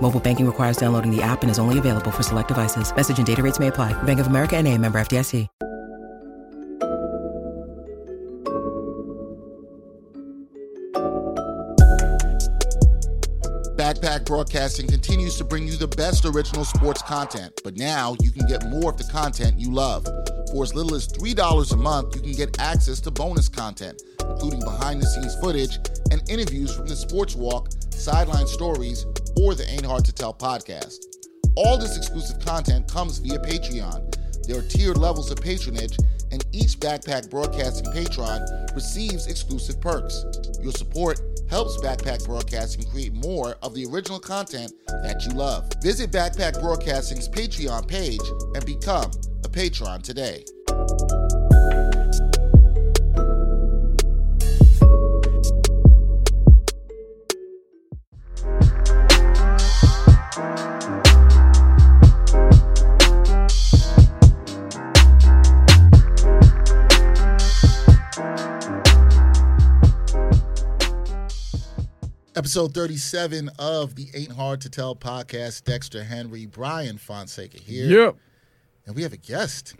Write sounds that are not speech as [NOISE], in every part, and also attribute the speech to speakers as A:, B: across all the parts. A: Mobile banking requires downloading the app and is only available for select devices. Message and data rates may apply. Bank of America and a member FDIC.
B: Backpack Broadcasting continues to bring you the best original sports content, but now you can get more of the content you love. For as little as $3 a month, you can get access to bonus content, including behind the scenes footage and interviews from the Sports Walk, Sideline Stories, or the Ain't Hard to Tell podcast. All this exclusive content comes via Patreon. There are tiered levels of patronage, and each Backpack Broadcasting patron receives exclusive perks. Your support helps Backpack Broadcasting create more of the original content that you love. Visit Backpack Broadcasting's Patreon page and become a patron today. Episode 37 of the Ain't Hard to Tell podcast. Dexter Henry, Brian Fonseca here.
C: Yep.
B: And we have a guest.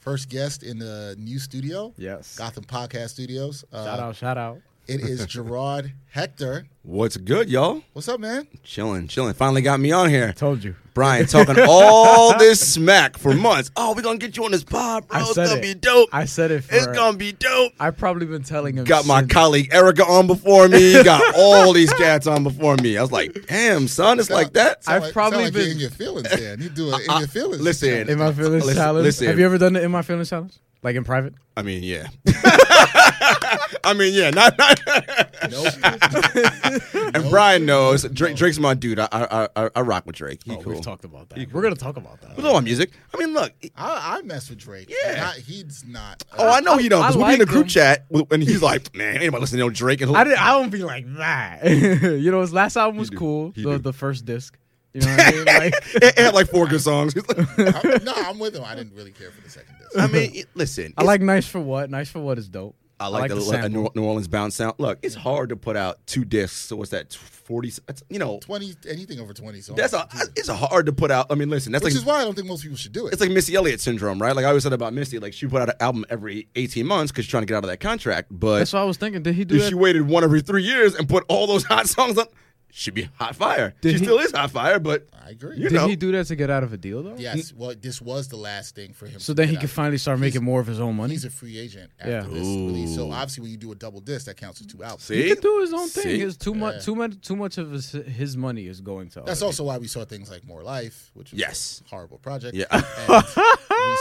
B: First guest in the new studio.
C: Yes.
B: Gotham Podcast Studios. Uh,
C: Shout out, shout out.
B: It
D: [LAUGHS]
B: is Gerard Hector.
D: What's good, y'all?
B: What's up, man?
D: Chilling, chilling. Finally got me on here.
C: Told you. [LAUGHS]
D: Brian talking all this smack for months. Oh, we're gonna get you on this pod, bro.
C: I
D: It's
C: said
D: gonna
C: it.
D: be dope.
C: I said it for
D: it's gonna be dope.
C: I've probably been telling him.
D: Got my
C: since-
D: colleague Erica on
C: [LAUGHS]
D: before me. Got all these cats on before me. I was like, damn, son, it's like that.
B: Sound
C: I've
B: like, sound
C: probably
B: like you're
C: been-
B: in your
D: [LAUGHS]
B: feelings there. You do it in your feelings.
D: listen.
C: in my feelings
D: Listen-
C: challenge.
D: listen.
C: Have you ever done the in my feelings challenge? Like in private?
D: I mean, yeah. [LAUGHS] I mean, yeah. Not, not [LAUGHS]
B: Nope.
D: and Brian knows. Drake, Drake's my dude. I, I, I, I rock with Drake. He Oh, cool.
C: Oh, We've talked about that. We're gonna talk about that.
D: We love my music. I mean, look.
B: I, I mess with Drake.
D: Yeah.
B: Not, he's not. uh,
D: Oh, I know he don't.
C: I
D: 'cause we be in the
C: like
D: group
C: him.
D: chat, and he's like, "Man, anybody listening to no Drake?"
C: [LAUGHS]
D: And
C: I did I don't be like that. [LAUGHS] you know, his last album was
D: do.
C: cool.
D: He
C: The,
D: do.
C: the first disc. You know what I mean?
D: [LAUGHS]
C: Like
D: it had like four good songs. He's
C: [LAUGHS]
D: like-
B: I'm, no, I'm with him. I didn't really care for the second disc.
D: I mean, it- listen,
C: I like Nice for What. Nice for What is dope.
D: I like, the,
C: sample.
D: a New New Orleans bounce sound. Look, it's hard to put out two discs. So what's that? Forty? that's- You know,
B: 20, anything over 20 songs.
D: that's a,
B: Jesus.
D: it's hard to put out. I mean, listen, that's
B: Which
D: like
B: is why I don't think most people should do it.
D: it's like Missy Elliott syndrome, right? Like I always said about Missy, like she put out an album every eighteen months because she's trying to get out of that contract. But
C: That's what I was thinking. Did he do
D: if
C: that?
D: she waited one every three years and put all those [LAUGHS] hot songs on, she'd be hot fire.
C: Did
D: she
C: he-
D: still is hot fire, but
B: I agree.
D: You
C: Did
D: know.
C: he do that to get out of a deal though?
B: Yes. Well, this was the last thing for him.
C: So
B: to
C: then
B: get
C: he
B: out.
C: could finally start making more of his own money.
B: He's a free agent after
C: Yeah.
B: this release. So obviously, when you do a double disc, that counts as two albums.
D: see,
C: He could do his own thing.
D: See?
C: It's too much. Too much. Too much of his, his money is going to.
B: That's
C: other
B: also why we saw things like More Life, which was
D: Yes.
B: a horrible project.
D: Yeah.
B: And we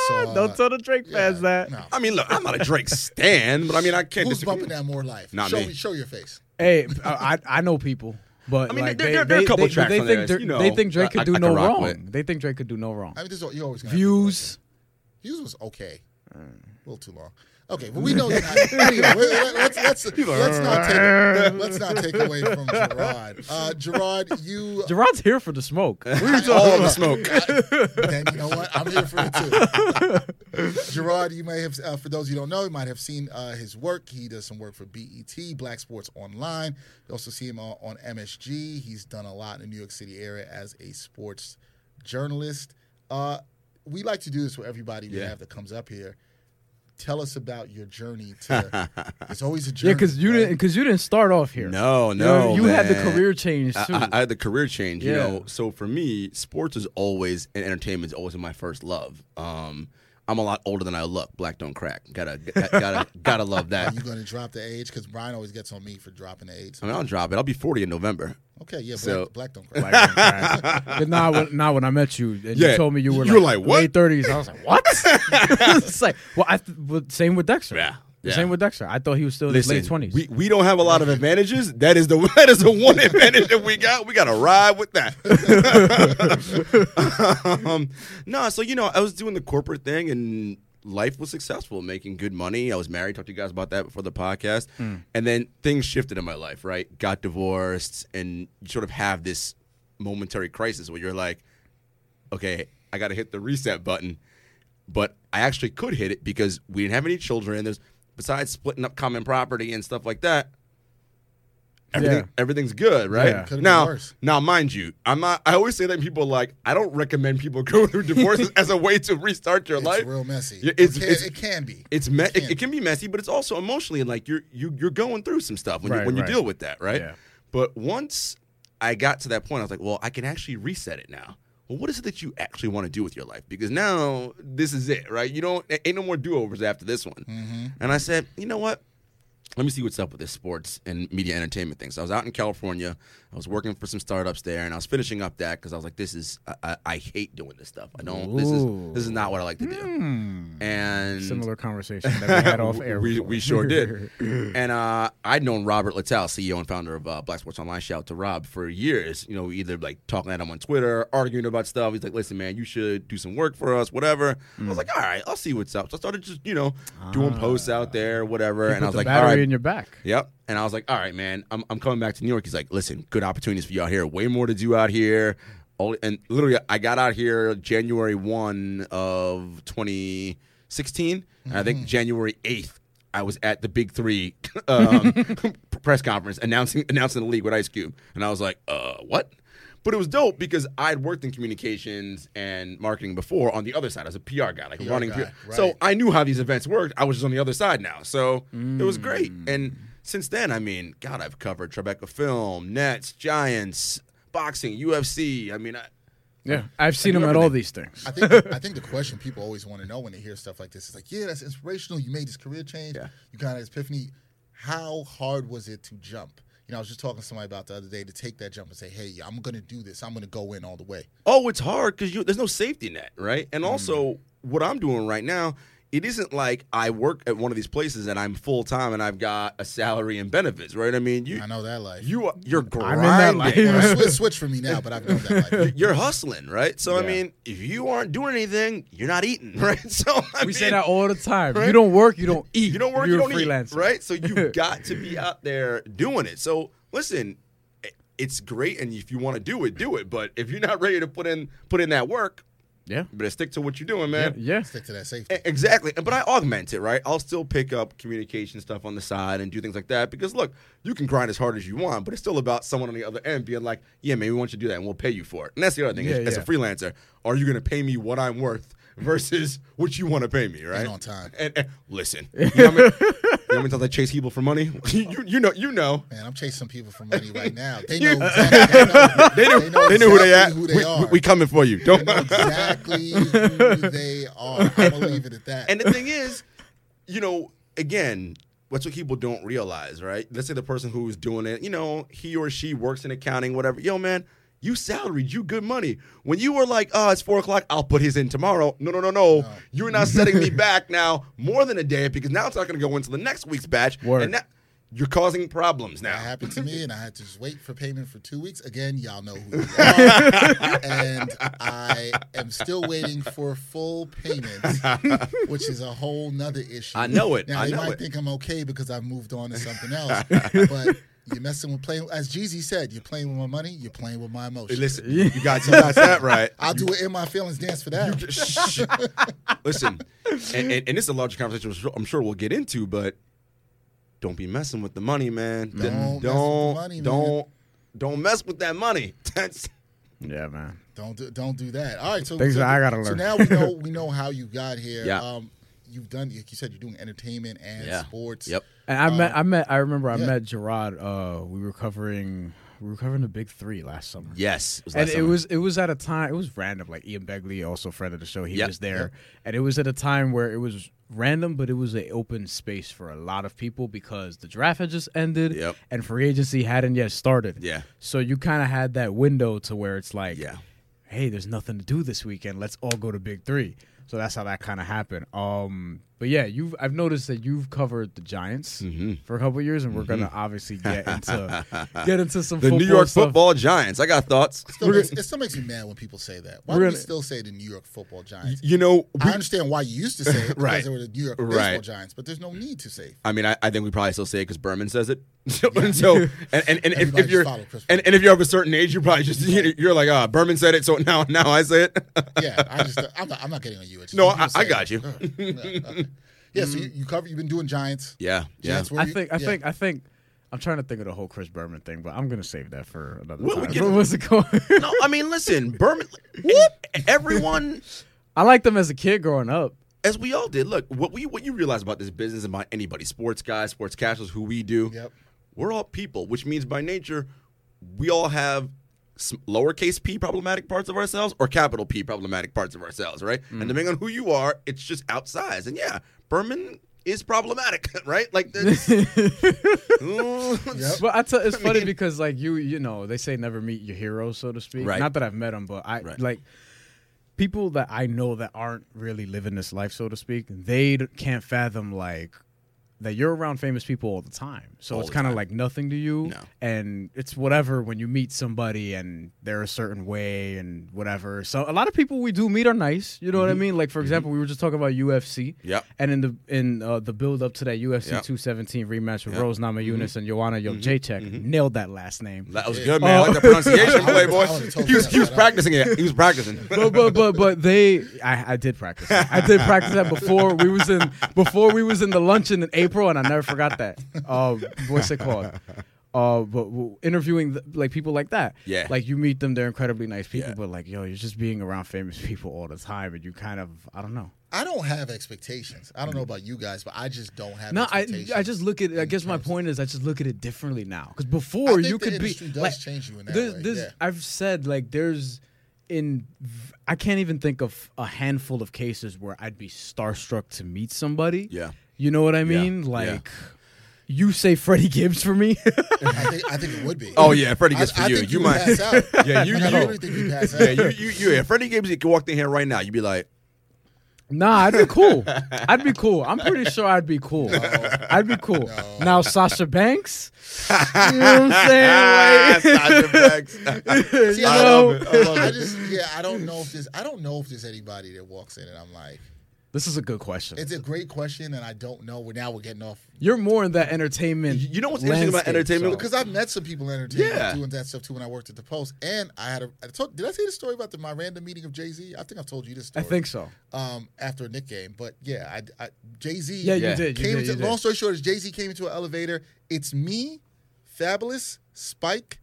B: saw,
C: people. Don't tell the Drake fans that.
B: No.
D: I mean, look, I'm not a Drake [LAUGHS] stan, but I mean, I can't.
B: Who's
D: disagree.
B: bumping that More Life?
D: Not
B: show
D: me.
B: show your face.
C: Hey, I I I know people, but
D: I mean,
C: like,
D: there-
C: they,
D: there- there are a
C: they-
D: couple
C: they,
D: tracks
C: they
D: on
C: think
D: there,
C: they're-
D: you know,
C: they think Drake
D: I-
C: could
D: I-
C: do
D: I can
C: no
D: rock
C: wrong.
D: with.
C: They think Drake could do no wrong.
B: I mean, this is, you're always gonna have More Life.
C: Views.
B: Hughes was okay. A little too long. Okay, but we know that. anyway, let- let's, let's, let's, not take, let's not take away from Gerard. Uh, Gerard, you.
C: Gerard's here for the
D: [LAUGHS]
C: smoke.
D: all
C: Oh,
D: of the smoke.
C: [LAUGHS]
B: Then you know what? I'm here for it
C: [LAUGHS]
B: too. Gerard, you may have, uh, for those you don't know, you might have seen uh, his work. He does some work for BET, Black Sports Online. You also see him on, on MSG. He's done a lot in the New York City area as a sports journalist. Uh, we like to do this for everybody we
D: Yeah.
B: have that comes up here. Tell us about your
C: [LAUGHS]
B: journey to. it's always a
C: yeah,
B: journey.
C: because you
B: right?
C: didn't. Because you didn't start off here.
D: No,
C: You know,
D: no,
C: You, had the
D: man.
C: career change too.
D: I, [LAUGHS] I- I had the career change, you
C: Yeah.
D: know. So for me, sports is always and entertainment is always my first love. Um, I'm a lot older than I look. Black don't crack. Gotta gotta gotta love
B: [LAUGHS]
D: that.
B: Are you going to drop the age? Because Brian always gets on me for dropping the age.
D: I mean, I'll drop it. I'll be 40 in November.
B: Okay, yeah, black,
D: So-
B: black don't crack.
C: But [LAUGHS] nah, when, nah, when I met you and
D: Yeah.
C: you told me you were
D: You were
C: like,
D: like, what?
C: late thirties, I was like,
D: [LAUGHS]
C: what? [LAUGHS] it's like, well, I th- but same with Dexter.
D: Yeah, yeah.
C: Same with Dexter. I thought he was still in his
D: Listen,
C: late twenties.
D: We, we don't have a lot of advantages. [LAUGHS] That is the that is the one advantage that we got. We got to ride with that. [LAUGHS] um, no, so you know, I was doing the corporate thing and life was successful, making good money. I was married. Talked to you guys about that before the podcast,
C: Hmm.
D: and then things shifted in my life. Right, got divorced, and you sort of have this momentary crisis where you're like, okay, I got to hit the reset button. But I actually could hit it because we didn't have any children. There's besides splitting up common property and stuff like that. Everything,
C: Yeah.
D: everything's good, right?
C: Yeah.
B: Could've
D: Now,
B: been worse.
D: now, mind you, I'm not. I always say that people are like I don't recommend people [LAUGHS] go through divorces as a way to restart your
B: It's
D: life.
B: real messy.
D: Yeah, it's-
B: it, can,
D: it's-
B: it can be.
D: It's me-
B: can
D: it, it can be messy, but it's also emotionally like you're you, you're going through some stuff when you
C: Right,
D: when you
C: right.
D: deal with that, right?
C: Yeah.
D: But once I got to that point, I was like, well, I can actually reset it now. Well, what is it that you actually want to do with your life? Because now this is it, right? You don't ain't no more do overs after this one.
C: Mm-hmm.
D: And I said, you know what? let me see what's up with this sports and media entertainment thing. So I was out in California. I was working for some startups there, and I was finishing up that because I was like, "This is I, I, I hate doing this stuff. I don't. This is this is not what I like to do." And
C: Hmm. Similar conversation that we
D: [LAUGHS]
C: had off air.
D: we,
C: before.
D: we
C: [LAUGHS]
D: sure did. and uh, I'd known Robert Littell, CEO and founder of uh, Black Sports Online, shout out to Rob, for years. You know, either like talking at him on Twitter, arguing about stuff. He's like, listen, man, you should do some work for us, whatever. I
C: Mm.
D: was like, all right, I'll see what's up. So I started just, you know, doing posts out there, whatever.
C: You
D: and
C: Ah. put
D: I was
C: the
D: like, all
C: battery
D: right.
C: in your back.
D: Yep. And I was like, all right, man, I'm, I'm coming back to New York. He's like, listen, good opportunities for you out here. Way more to do out here. All, and literally, I got out here January 1 of 2016. And I
B: Mm-hmm.
D: think January 8th, I was at the Big Three [LAUGHS] um, press conference announcing announcing the league with Ice Cube. And I was like, uh, what? But it was dope because I'd worked in communications and marketing before on the other side as a PR guy, like running.
B: guy,
D: PR. So
B: right.
D: I knew how these events worked. I was just on the other side now. So it was great.
C: Mm.
D: And since then, I mean, God, I've covered Tribeca Film, Nets, Giants, boxing, UFC. I mean, I,
C: Yeah, I've seen him at all these things.
B: I think I think the question people always want to know when they hear stuff like this is like, yeah, that's inspirational. You made this career change.
D: Yeah.
B: You got an epiphany. How hard was it to jump? You know, I was just talking to somebody about the other day to take that jump and say, hey, yeah, I'm going to do this. I'm going to go in all the way.
D: oh, it's hard because you there's no safety net, right? And
C: Mm.
D: also, what I'm doing right now, it isn't like I work at one of these places and I'm full time and I've got a salary and benefits, right? I mean, you
B: I know that life.
D: you are- you're
C: in that life. [LAUGHS]
D: grinding. [LAUGHS]
B: Well, switch, switch for me now, but I've known that life.
D: You're hustling, right? So I
C: Yeah.
D: mean, if you aren't doing anything, you're not eating, [LAUGHS] right? So I
C: we
D: mean,
C: say that all the time.
D: right?
C: You don't work, you don't eat.
D: [LAUGHS] You don't work,
C: You're
D: you
C: a
D: don't
C: freelancer.
D: eat, right?
C: [LAUGHS]
D: So you've got to be out there doing it. So listen, i- it's great, and if you want to do it, do it. But if you're not ready to put in put in that work,
C: Yeah.
D: you better stick to what you're doing, man.
C: Yeah.
B: Stick to that safety.
D: E- Exactly. But I augment it, right? I'll still pick up communication stuff on the side and do things like that because look, you can grind as hard as you want, but it's still about someone on the other end being like, "Yeah, man, we want you to do that, and we'll pay you for it." And that's the other thing.
C: Yeah,
D: as, as a
C: yeah.
D: freelancer, are you going to pay me what I'm worth versus what you want to pay me, right?
B: And on time.
D: And, and- listen, you know how many, [LAUGHS] you know how many times I chase Hebel for money? [LAUGHS] you, you know, you know.
B: Man, I'm chasing people for money right now. They know
D: [LAUGHS]
B: exactly,
D: They know, they know, who they are.
B: exactly who they
D: we,
B: are.
D: we- we coming for you.
B: [LAUGHS]
D: Don't.
B: know exactly who they
D: [LAUGHS]
B: are. I'm gonna leave it at that.
D: And the thing is, you know, again, that's what people don't realize, right? Let's say the person who's doing it, you know, he or she works in accounting, whatever. Yo, man, you salaried, you good money. When you were like, oh, it's four o'clock, I'll put his in tomorrow. No, no, no, no. You're not setting me back now more than a day because now it's not going to go into the next week's batch.
C: Word.
D: And that, you're causing problems now.
B: that happened to me, and I had to just wait for payment for two weeks. Again, y'all know
D: [LAUGHS]
B: who you are. and I am still waiting for full payment, which is a whole nother issue.
D: I know it.
B: Now,
D: I
B: they
D: know
B: might
D: it.
B: think I'm okay because I've moved on to something
D: [LAUGHS]
B: else, but you're messing with playing. As Jeezy said, you're playing with my money, you're playing with my
D: Hey,
B: emotions.
D: Listen, you got, you got that right.
B: I'll do it in my feelings dance for that.
D: Shh. Listen, and, and, and this is a larger conversation which I'm sure we'll get into, but don't be messing with the money, man. D-
B: Don't mess with the
D: don't,
B: money, man.
D: don't, don't mess with that money. [LAUGHS] That's
C: Yeah, man.
B: Don't do, don't do that. All right, so
C: Things
B: so,
C: that I gotta
B: so
C: learn.
B: now we
C: [LAUGHS]
B: know we know how you got here.
D: Yeah.
B: Um, you've done like you said you're doing entertainment and sports.
D: Yep.
C: And I met, I met, I remember I met Gerard. Uh, we were uh, covering we were covering the big three last summer.
D: Yes, it was
C: and
D: last
C: it
D: summer.
C: was it was at a time it was random. Like Ian Begley, also a friend of the show, he
D: Yep,
C: was there,
D: yep.
C: and it was at a time where it was random, but it was an open space for a lot of people because the draft had just ended,
D: Yep.
C: and free agency hadn't yet started.
D: Yeah.
C: so you kind of had that window to where it's like,
D: Yeah.
C: hey, there's nothing to do this weekend. Let's all go to Big Three. So that's how that kind of happened. Um, but yeah, you've I've noticed that you've covered the Giants
D: Mm-hmm.
C: for a couple years, and we're gonna obviously get
D: [LAUGHS]
C: into get into some
D: the
C: football
D: New York
C: stuff.
D: Football Giants. I got thoughts.
B: Still makes, it still makes me mad when people say that. Why
C: We're
B: do we
C: gonna-
B: still say the New York Football Giants?
D: [LAUGHS] You know,
B: I understand why you used to
D: [LAUGHS]
B: say it because
D: Right.
B: they were the New York Baseball
D: Right.
B: Giants, but there's no need to say.
D: I mean, I, I think we probably still say it because Berman says it. [LAUGHS] so, and so, and, and, and if,
B: Everybody
D: if
B: just
D: you're
B: follow Chris
D: and,
B: Berman.
D: and if you're of a certain age, you probably just [LAUGHS] you know, you're like, ah, Berman said it, so [LAUGHS] now now I say it. [LAUGHS]
B: Yeah, I just I'm not, I'm not getting on you. It's just
D: No,
B: when people
D: I- I
B: say it.
D: got you.
B: Ugh, yeah, okay. [LAUGHS] Yeah, so you, you cover. You've been doing Giants.
D: yeah, yeah.
B: Giants, where
C: I
B: you-
C: think I
B: yeah.
C: think I think I'm trying to think of the whole Chris Berman thing, but I'm gonna save that for another
D: Well, we
C: time.
D: can-
C: What's it called?
D: [LAUGHS]
C: [LAUGHS]
D: No, I mean, listen, Berman. Whoop, everyone,
C: I liked him as a kid growing up.
D: as we all did. Look, what we what you realize about this business and about anybody, sports guys, sports casuals, who we do.
B: Yep.
D: We're all people, which means by nature, we all have s- lowercase p problematic parts of ourselves or capital P problematic parts of ourselves, right?
B: Mm.
D: And depending on who you are, it's just outsized. And yeah, Berman is problematic, [LAUGHS] right? Like, that's,
C: But I
D: [LAUGHS]
C: tell, it's funny because like you, you know, they say never meet your heroes, so to speak.
D: Right.
C: Not that I've met them, but I
D: Right.
C: like people that I know that aren't really living this life, so to speak. They d- can't fathom like that you're around famous people all the time, so
D: All
C: it's
D: the
C: kind of
D: time.
C: like nothing to you,
D: No.
C: and it's whatever when you meet somebody and they're a certain way and whatever. So a lot of people we do meet are nice, you know what I mean? Like for example, we were just talking about UFC,
D: Mm-hmm. Yep.
C: and in the in uh, the build up to that UFC
D: Yep.
C: 217 rematch with Rose Namajunas
D: Mm-hmm.
C: and Joanna Jacek, nailed that last name.
D: that was good, man. I like the pronunciation,
B: I would've- [LAUGHS]
D: playboy.
B: I would've totally
D: He was, he was
B: got that out.
D: practicing it. He was practicing.
C: [LAUGHS]
B: [LAUGHS]
C: but but but but they I, I did practice that. I did practice that before we was in before we was in the luncheon in April and I never forgot that. Uh, what's it called? Uh, but w- interviewing th- like people like that,
D: Yeah.
C: Like you meet them, they're incredibly nice people,
D: Yeah.
C: but like yo, you're just being around famous people all the time, and you kind of I don't know.
B: I don't have expectations. I don't know about you guys, but I just don't have.
C: No, I
B: expectations.
C: I just look at. I guess my point is I just look at it differently now because before
B: think
C: you
B: the
C: could be
B: industry does
C: like
B: change you in that
C: there's-
B: way,
C: there's-
B: yeah.
C: I've said like there's in v- I can't even think of a handful of cases where I'd be starstruck to meet somebody.
D: Yeah.
C: you know what I
D: Yeah,
C: mean.
D: yeah.
C: Like you say Freddie Gibbs for me. [LAUGHS]
B: I think, I think it would be.
D: Oh, yeah, Freddie gets
B: I,
D: for
B: I
D: you.
B: Think
D: You
B: you,
D: might-
B: would pass out.
D: [LAUGHS] Yeah, you-
B: Like, I
D: you-
B: really think you pass out.
D: Yeah, you, you, you, yeah. Freddie Gibbs if you walked in here right now. You'd be [LAUGHS] like,
C: nah, I'd be cool. I'd be cool. I'm pretty sure I'd be cool. I'd be cool. Now Sasha Banks. You know what I'm saying?
D: ah,
C: Like,
D: Sasha
B: [LAUGHS]
D: Banks.
B: See,
C: you
B: I,
C: know?
B: don't- I, just yeah, I don't know if there's I don't know if there's anybody that walks in and I'm like,
C: This is a good question.
B: it's a great question, and I don't know. Well, now we're getting off
C: You're more in that entertainment.
D: You know what's interesting about
C: landscape,
D: entertainment?
C: so-
B: because I've met some people in entertainment
D: Oh. Yeah.
B: doing that stuff too. When I worked at the Post, and I had a I told, did I tell you the story about the, my random meeting of Jay Z? I think I told you this
C: I
B: story.
C: think so.
B: um, after a Nick game. But yeah, I, Jay Z.
C: Yeah, you Yeah. did, you
B: came
C: did,
B: into,
C: you did.
B: Long story short, is Jay Z came into an elevator. It's me, Fabulous, Spike,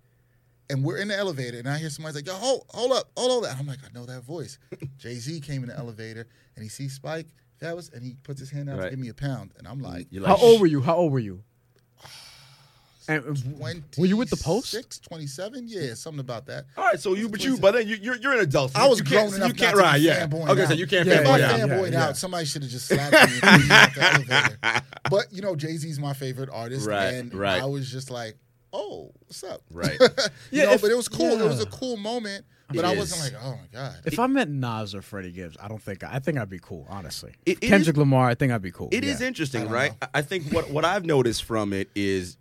B: and we're in the elevator. And I hear somebody's like, "Yo, hold, hold up, hold all that." I'm like, I know that
D: [LAUGHS]
B: voice. Jay Z came in the elevator, and he sees Spike. Fabulous, and he puts his hand out
D: Right.
B: to give me a pound, and I'm like,
D: [LAUGHS] You're
C: How
D: like,
C: old were you? How old were
D: [SIGHS]
C: you? And w-
B: 26,
C: were you with the post?
B: 27? Yeah, something about that.
D: All right, so you, but you, but then you, you're, you're an adult.
B: I was
D: Oh, you
B: grown
D: can't,
B: enough
D: You can't
B: not to
D: ride,
B: be
D: yeah.
B: fanboying
D: Okay,
B: out.
D: so you can't
C: Yeah,
B: If I
D: fanboy
C: yeah,
D: out.
B: fanboyed
C: yeah.
B: out, somebody should have just slapped me and threw me out the
D: [LAUGHS]
B: elevator. But you know, Jay Z's my favorite artist,
D: Right,
B: and
D: right.
B: I was just like, "Oh, what's up?"
D: [LAUGHS] Right.
B: [LAUGHS] you
C: Yeah,
B: know,
C: if-
B: but it was cool. It was a
C: yeah.
B: cool moment. But
D: It
B: I
D: is.
B: wasn't like, "Oh my god."
C: If I met Nas or Freddie Gibbs, I don't think I, I think I'd be cool. Honestly,
D: It- it
C: Kendrick
D: is-
C: Lamar, I think I'd be cool.
D: It is interesting, right? I I think what what I've noticed from it is,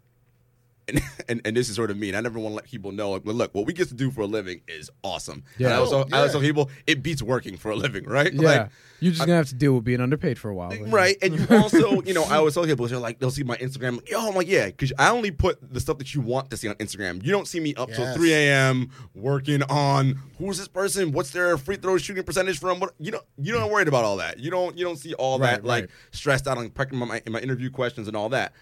D: and [LAUGHS] and, and this is sort of mean. I never want to let people know. Like, well, look, what we get to do for a living is awesome. Oh, Yeah. And I
C: Yeah.
D: also, I
B: Yeah.
D: also people, it beats working for a living, right?
C: Yeah,
D: Like,
C: you're just gonna have to deal with being underpaid for a while, but-
D: Right, and you also, you know, I always tell people, they're like, they'll see my Instagram. Yo, I'm like, yeah, because I only put the stuff that you want to see on Instagram. You don't see me up till
B: Yes.
D: 3 a.m. working on who's this person, what's their free throw shooting percentage from. What you don't, you don't worry about all that. You don't, you don't see all
C: Right,
D: that like
C: right.
D: stressed out on prepping my, my interview questions and all that.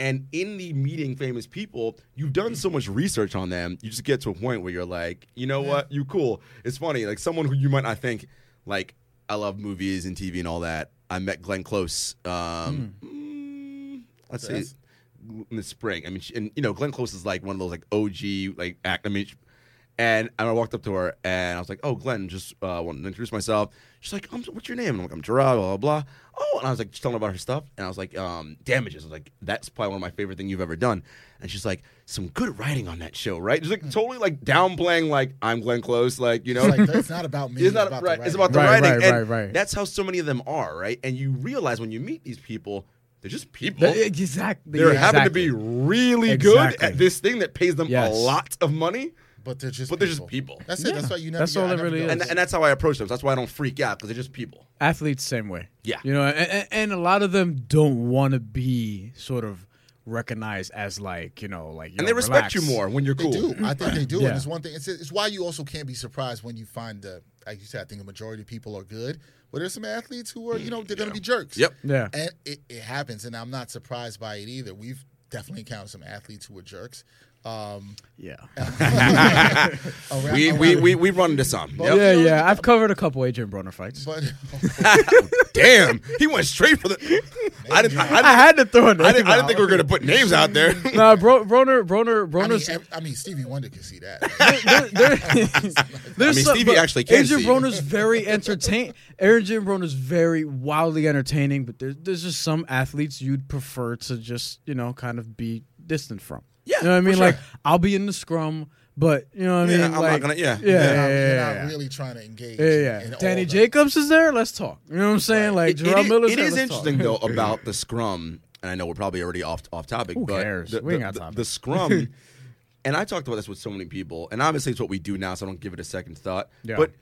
D: And in the meeting famous people, you've done so much research on them. You just get to a point where you're like, you know what, you cool. It's funny, like someone who you might not think, like I love movies
C: Hmm.
D: and TV and all that. I met Glenn Close. Um, mm, let's see, in the spring. I mean, she, and you know, Glenn Close is like one of those like OG like act. I mean, she- and I walked up to her and I was like, "Oh, Glenn, just uh, wanted to introduce myself." She's like, um "What's your name?" And I'm like, "I'm Gerard." Blah, blah blah. Oh, and I was like, just telling her about her stuff, and I was like, um, "Damages." I was like, "That's probably one of my favorite thing you've ever done." And she's like, "Some good writing on that show, right?" Just like totally like downplaying like I'm Glenn Close, like you know,
B: It's [LAUGHS] like,
D: [LAUGHS]
B: it's not about me.
D: it's not
B: about the
D: right.
B: writing.
D: It's about the
C: Right,
D: writing.
C: right,
D: and
C: right, right.
D: That's how so many of them are, right? And you realize when you meet these people, they're just people.
C: Th- exactly.
D: they are
C: yeah,
D: happen Oh. to
C: exactly.
D: be really good
C: Exactly.
D: at this thing that pays them
C: Yes.
D: a lot of money,
B: But they're just
D: but they're just people.
B: That's it. That's why you never.
C: That's
B: get-
C: all
B: I
C: it
B: never
C: really
B: go
C: is.
D: And,
B: to-
D: and that's how I approach them. So that's why I don't freak out because they're just people.
C: athletes same way.
D: Yeah.
C: you know, and, and- and a lot of them don't want to be sort of recognized as like you know like you
D: And
C: know,
D: they
C: relax.
D: respect you more when you're
B: They
D: cool.
B: do. I think they do.
C: Yeah.
B: And it's one thing. It's, it's why you also can't be surprised when you find the, like you said, I think the majority of people are good, but there's some athletes who are, you know, they're going to be jerks.
D: Yep.
C: Yeah,
B: And it, it happens. And I'm not surprised by it either. We've definitely encountered some athletes who were jerks. Um,
C: yeah,
B: around-
D: We,
B: around-
D: we, we, we run into some. Yep.
C: yeah, yeah. I've covered a couple Adrian Broner fights.
B: [LAUGHS] But
D: Damn. He went straight
C: [LAUGHS]
D: for the. I didn't, I, didn't,
C: I
D: I,
C: had to throw it.
D: didn't, I didn't think we were going to put names out there.
C: [LAUGHS] Nah, Bro, Broner, Broner,
B: I mean,
C: Broner's.
B: ev- I mean, Stevie Wonder could see
C: [LAUGHS]
B: that.
C: there-
B: [LAUGHS]
C: there- there's
D: mean,
C: some-
D: Stevie
C: but
D: actually can
C: Adrian
D: see.
C: Broner's very entertain. Adrian Broner's very wildly entertaining, but there's there's just some athletes you'd prefer to just you know kind of be distant from.
D: Yeah,
C: you know what I
D: for
C: mean.
D: sure.
C: Like I'll be in the scrum, but you know what I
D: Yeah,
C: mean.
D: I'm not
C: Like,
D: gonna- yeah.
C: yeah, yeah,
B: You're
C: yeah,
B: not, you're
C: yeah,
B: not
C: yeah.
B: really trying to engage.
C: Yeah,
B: in-
C: yeah.
B: in all
C: Danny
B: the-
C: Jacobs is there. Let's talk. You know what I'm saying? Like
D: It- it
C: Jerome
D: is-
C: Miller's
D: it
C: there.
D: is
C: Let's
D: interesting
C: talk.
D: though about the scrum, and I know we're probably already off off topic.
C: Who
D: but
C: cares?
D: The,
C: We ain't
D: the-
C: got
D: the-
C: topic. [LAUGHS]
D: the scrum, and I talked about this with so many people, and obviously it's what we do now, so I don't give it a second thought.
C: Yeah.
D: But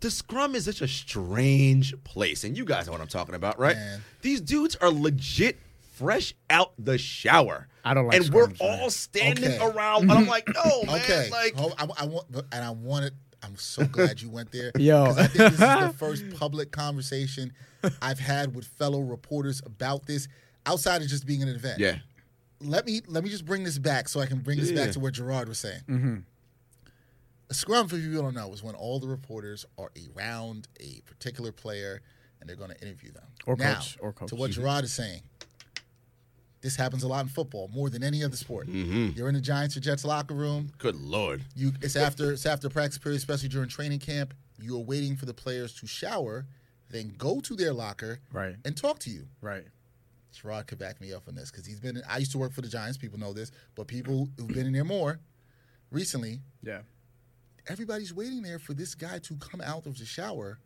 D: the scrum is such a strange place, and you guys know what I'm talking about, right?
B: Man.
D: These dudes are legit fresh out the shower.
C: I don't like
D: and we're
C: scrums, man.
D: all standing
B: Okay.
D: around, and I'm
C: [LAUGHS]
D: like, no, man,
B: Okay.
D: like.
B: Hold- I, I want, but- and I wanted. I'm so glad you went there.
C: [LAUGHS] Yo.
B: 'Cause I think this is
C: [LAUGHS]
B: the first public conversation I've had with fellow reporters about this, outside of just being an event.
D: Yeah.
B: Let me let me just bring this back, so I can bring this
D: Yeah.
B: back to what Gerard was saying.
C: Mm-hmm.
B: A scrum, for people who don't know, is when all the reporters are around a particular player and they're going to interview them.
C: Or
B: now,
C: coach, or coach. Mm-hmm.
B: To what Gerard is saying, this happens a lot in football, more than any other sport.
D: Mm-hmm.
B: You're in the Giants or Jets locker room.
D: Good lord.
B: You, it's after it's after practice period, especially during training camp. You are waiting for the players to shower, then go to their locker,
C: [LAUGHS] Right.
B: and talk to you.
C: Right.
B: Sherrod could back me up on this because he's been. I used to work for the Giants. People know this, but people who've been in there more recently,
C: Yeah.
B: everybody's waiting there for this guy to come out of the shower,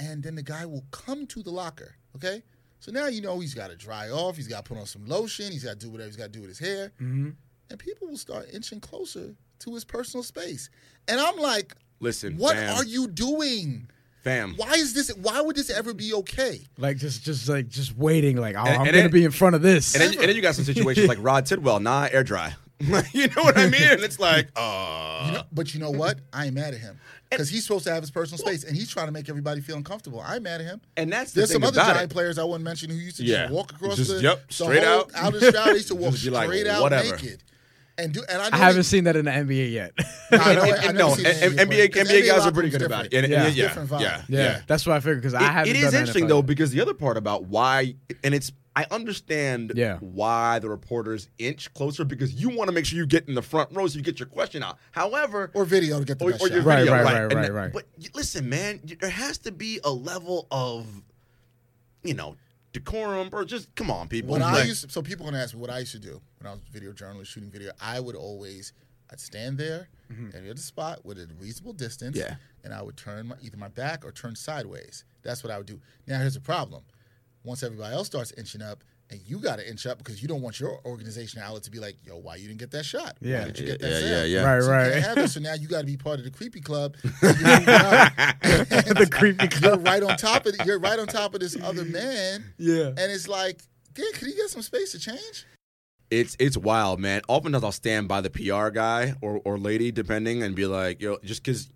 B: and then the guy will come to the locker. Okay, so now you know he's got to dry off. He's got to put on some lotion. He's got to do whatever he's got to do with his hair, mm-hmm. and people will start inching closer to his personal space. And I'm like,
D: Listen,
B: what
D: fam.
B: are you doing?
D: Fam.
B: Why is this? Why would this ever be okay?
C: Like just just like just waiting. Like oh,
D: And-
C: I'm
D: and
C: gonna
D: it-
C: be in front of this.
D: And then, and then you got some situations like Rod Tidwell, nah, air dry. [LAUGHS] you know what I mean? And it's like, uh,
B: [LAUGHS] You know- but you know
D: Mm-hmm.
B: what? I ain't mad at him because he's supposed to have his personal space, and he's trying to make everybody feel uncomfortable. I'm mad at him.
D: and that's the
B: There's
D: thing
B: some other
D: about
B: giant
D: it.
B: players I wouldn't mention who used to
D: Yeah.
B: just walk across
D: Just-
B: the,
D: yep,
B: the
D: straight
B: whole,
D: out.
B: of the shower. They
D: [LAUGHS]
B: used to walk
D: Just be
B: straight
D: like,
B: out
D: whatever.
B: naked. And do and I,
C: I
B: know
C: haven't
B: they-
C: seen that in the NBA yet. [LAUGHS]
B: Nah, [LAUGHS] I know-
D: And-
B: I-
D: and-
B: I've never
D: no,
B: seen
D: and-
B: that
D: and
B: in the
D: NBA,
B: 'cause
D: NBA guys
B: locker
D: are pretty
B: room's
D: good about it.
B: different.
D: And- and-
C: Yeah.
D: yeah,
B: Different vibe.
D: yeah,
C: Yeah,
D: yeah.
C: that's why I figured because I
D: It-
C: haven't.
D: it
C: done
D: is
C: that
D: interesting
C: NFL
D: though
C: yet.
D: because the other part about why, and it's I understand
C: Yeah.
D: why the reporters inch closer because you want to make sure you get in the front row so you get your question out. However,
B: Or video to get the
D: or,
B: best
D: or your
B: shot.
C: Right,
D: video,
C: right,
D: right,
C: right,
D: and
C: right,
D: that-
C: right.
D: But y- listen, man, y- there has to be a level of, you know, decorum or just come on, people.
B: What I
D: Like-
B: used so people gonna ask me what I used to do when I was a video journalist shooting video. I would always I'd stand there at the other spot with a reasonable distance,
D: Mm-hmm. Yeah.
B: and I would turn my, either my back or turn sideways. That's what I would do. Now here's the problem: once everybody else starts inching up, and you got to inch up because you don't want your organization or outlet to be like, "Yo, why you didn't get that shot?
C: Yeah.
B: why did you get that
D: yeah,
B: sale?"
D: yeah, yeah.
C: Right,
B: So, you
C: right.
B: can't have it. [LAUGHS] so now you got to be part of the creepy
C: [LAUGHS]
B: club. the
C: creepy
B: You're right on top of you're right on top of this other man.
C: Yeah.
B: And it's like, yeah, could he get some space to change?
D: It's it's wild, man. Oftentimes I'll stand by the PR guy or, or lady, depending, and be like, yo, just because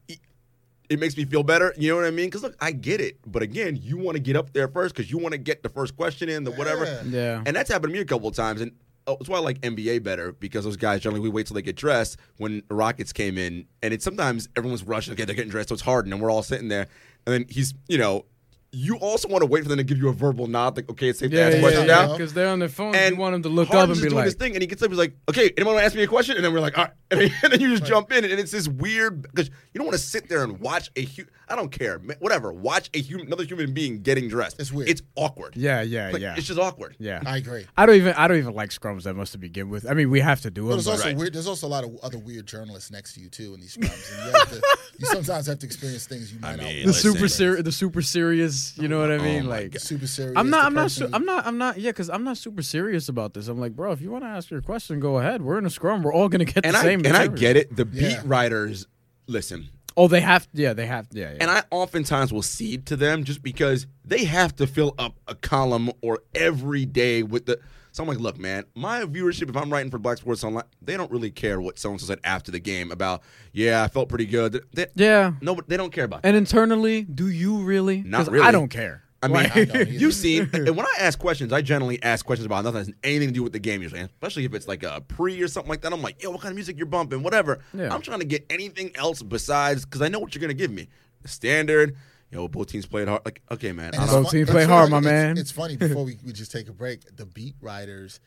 D: it makes me feel better. You know what I mean? Because look, I get it, but again, you want to get up there first because you want to get the first question in, the whatever.
B: Yeah.
C: yeah,
D: And that's happened to me a couple of times, and oh, that's why I like NBA better because those guys generally we wait till they get dressed. When the Rockets came in, and it's sometimes everyone's rushing, okay, they're getting dressed, so it's Harden, and we're all sitting there, and then he's you know you also want to wait for them to give you a verbal nod, like, okay, it's safe to
C: Yeah,
D: ask
C: yeah,
D: questions
C: yeah,
D: now.
C: because they're on their phone.
D: And
C: you want them to look
D: Harden's
C: up and
D: just
C: be
D: doing
C: like,
D: his thing, and he gets up. He's like, "Okay, anyone want to ask me a question?" And then we're like, "All right," [LAUGHS] and, then you just jump in, and it's this weird because you don't want to sit there and watch a human. I don't care, ma- whatever. Watch a human, another human being getting dressed.
B: It's weird.
D: It's awkward.
C: "Yeah, yeah,
D: Like,
C: yeah,
D: It's just awkward.
C: yeah."
B: I agree.
C: I don't even I don't even like scrums that much to begin with. I mean, we have to do
B: But
C: them.
B: there's also
D: Right.
B: weird. There's also a lot of other weird journalists next to you too in these scrums. And you, have to, you sometimes have to experience things you might not.
D: mean,
C: the
B: want to
D: listen.
C: super
B: experience.
C: serious, the super serious. You know what I mean?
D: my
C: like,
D: God.
B: super serious.
C: Oh I'm not,
B: the
C: I'm not, su-
B: person-
C: I'm not, I'm not. Yeah, because I'm not super serious about this. I'm like, bro, if you want to ask your question, go ahead. We're in a scrum. We're all gonna get
D: And
C: the
D: I
C: same.
D: and I
C: material.
D: get it. The
B: Yeah.
D: beat writers, listen.
C: Oh, they have. Yeah, they have. Yeah, yeah.
D: And I oftentimes will cede to them just because they have to fill up a column or every day with the. So I'm like, look, man, my viewership, if I'm writing for Black Sports Online, they don't really care what someone said after the game about, yeah, I felt pretty good. They,
C: yeah.
D: No, but they don't care about it.
C: And internally, do you really?
D: Not
C: 'Cause
D: really.
C: I don't care.
D: I mean,
C: Like-
D: [LAUGHS]
B: don't either. [LAUGHS]
D: you've seen, and when I ask questions, I generally ask questions about nothing that has anything to do with the game usually, especially if it's like a pre or something like that. I'm like, yo, what kind of music you're bumping, whatever.
C: Yeah.
D: I'm trying to get anything else besides, because I know what you're going to give me. The standard, yo, both teams played hard. Like, okay, man.
B: And
D: I
B: it's
D: don't,
C: Both teams
B: it's
C: play hard,
B: funny-
C: my
B: it's-
C: man.
B: It's
C: [LAUGHS]
B: funny. Before we, we just take a break, the beat writers.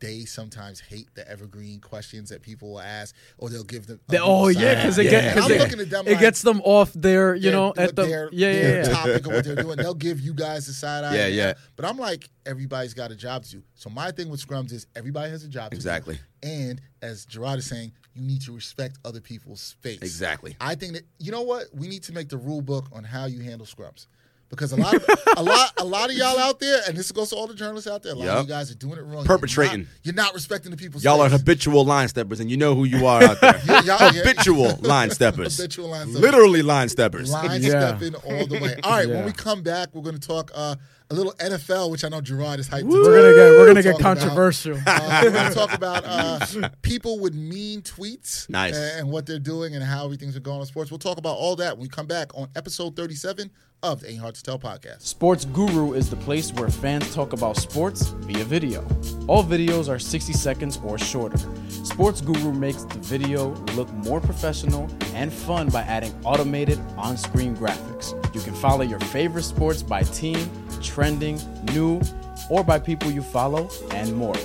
B: They sometimes hate the evergreen questions that people will ask, or they'll give them. a
C: They- oh
B: little
C: yeah,
B: side
C: because it,
B: eye.
D: get-
C: get,
B: And
C: 'cause
B: I'm
C: it-
B: looking at them.
C: it
B: like,
C: gets them off their, you
B: their-
C: know, at
B: what
C: the
B: their,
C: yeah,
B: their
C: yeah, yeah.
B: topic and what they're doing. They'll give you guys the side eye.
D: Yeah, yeah.
B: But I'm like, everybody's got a job to do. So my thing with scrums is everybody has a job. to do.
D: Exactly.
B: And as Gerard is saying, you need to respect other people's space.
D: Exactly.
B: I think that you know what we need to make the rule book on how you handle scrums. Because a lot of a lot a lot of y'all out there, and this goes to all the journalists out there, a lot
D: Yup.
B: of you guys are doing it wrong. You're not- You're
D: Perpetrating.
B: not, respecting the people's
D: y'all are
B: space.
D: habitual line steppers, and you know who you are out there.
B: [LAUGHS] Yeah, y'all- yeah.
D: habitual line
B: [LAUGHS]
D: steppers.
B: Habitual line steppers.
D: Literally line steppers.
B: Line
C: Yeah.
B: stepping all the
C: [LAUGHS]
B: way. All right, when
C: Yeah.
B: we come back, we're going to talk uh, a little NFL, which I know Gerard is hyped. to
C: We're gonna get we're gonna
B: talk
C: get
B: about. [LAUGHS]
C: controversial.
B: Uh, we're going to talk about
C: [LAUGHS]
B: uh, people with mean tweets,
D: Nice.
B: and, and what they're doing, and how everything's going in sports. We'll talk about all that when we come back on episode thirty-seven of the Ain't Hard to Tell podcast.
E: Sports Guru is the place where fans talk about sports via video. All videos are 60 seconds or shorter. Sports Guru makes the video look more professional and fun by adding automated on screen graphics. You can follow your favorite sports by team, trending, new, or by people you follow, and more.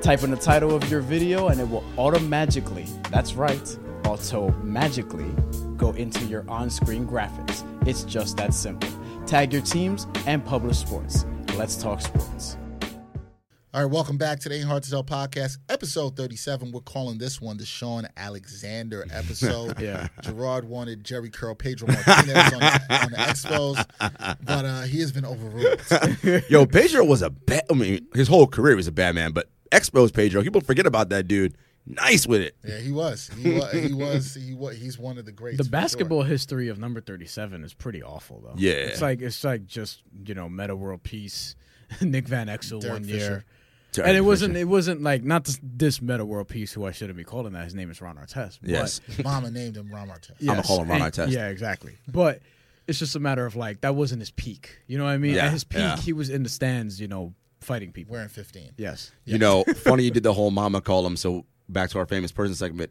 E: Type in the title of your video and it will automatically, that's right, auto-magically go into your on screen graphics. It's just that simple. Tag your teams and publish sports. Let's talk sports.
B: All right, welcome back to the Ain't Hard to Tell podcast, episode 37. We're calling this one the Sean Alexander
D: [LAUGHS]
B: episode. yeah. Gerard wanted Jerry Curl, Pedro Martinez on, the, on the Expos, but uh, he has been
D: [LAUGHS]
B: overruled.
D: [LAUGHS] Yo, Pedro was a bad. I mean, his whole career was a bad man, but Expos Pedro, people forget about that dude. Nice with it.
B: Yeah, he was. He was. He was. He was he's one of the greats.
C: The
B: for sure.
C: basketball history of number thirty-seven is pretty awful, though.
D: Yeah.
C: it's like it's like just you know meta world peace, [LAUGHS] Nick Van Exel
B: Derek
C: one
B: Fisher.
C: year,
D: Derek
C: and it wasn't
D: Fisher.
C: it wasn't like not this, this meta world peace who I shouldn't be calling that. His name is Ron Artest. but-
D: Yes.
B: His mama named him Ron Artest.
D: I'm gonna call him Ron
C: and-
D: Artest.
C: Yeah, exactly. But it's just a matter of like that wasn't his peak. You know what I mean?
D: Yeah,
C: At his peak,
D: yeah.
C: he was in the stands, you know, fighting people.
B: Wearing 15.
C: Yes.
D: You know, funny you did the whole mama column. So back to our famous person segment.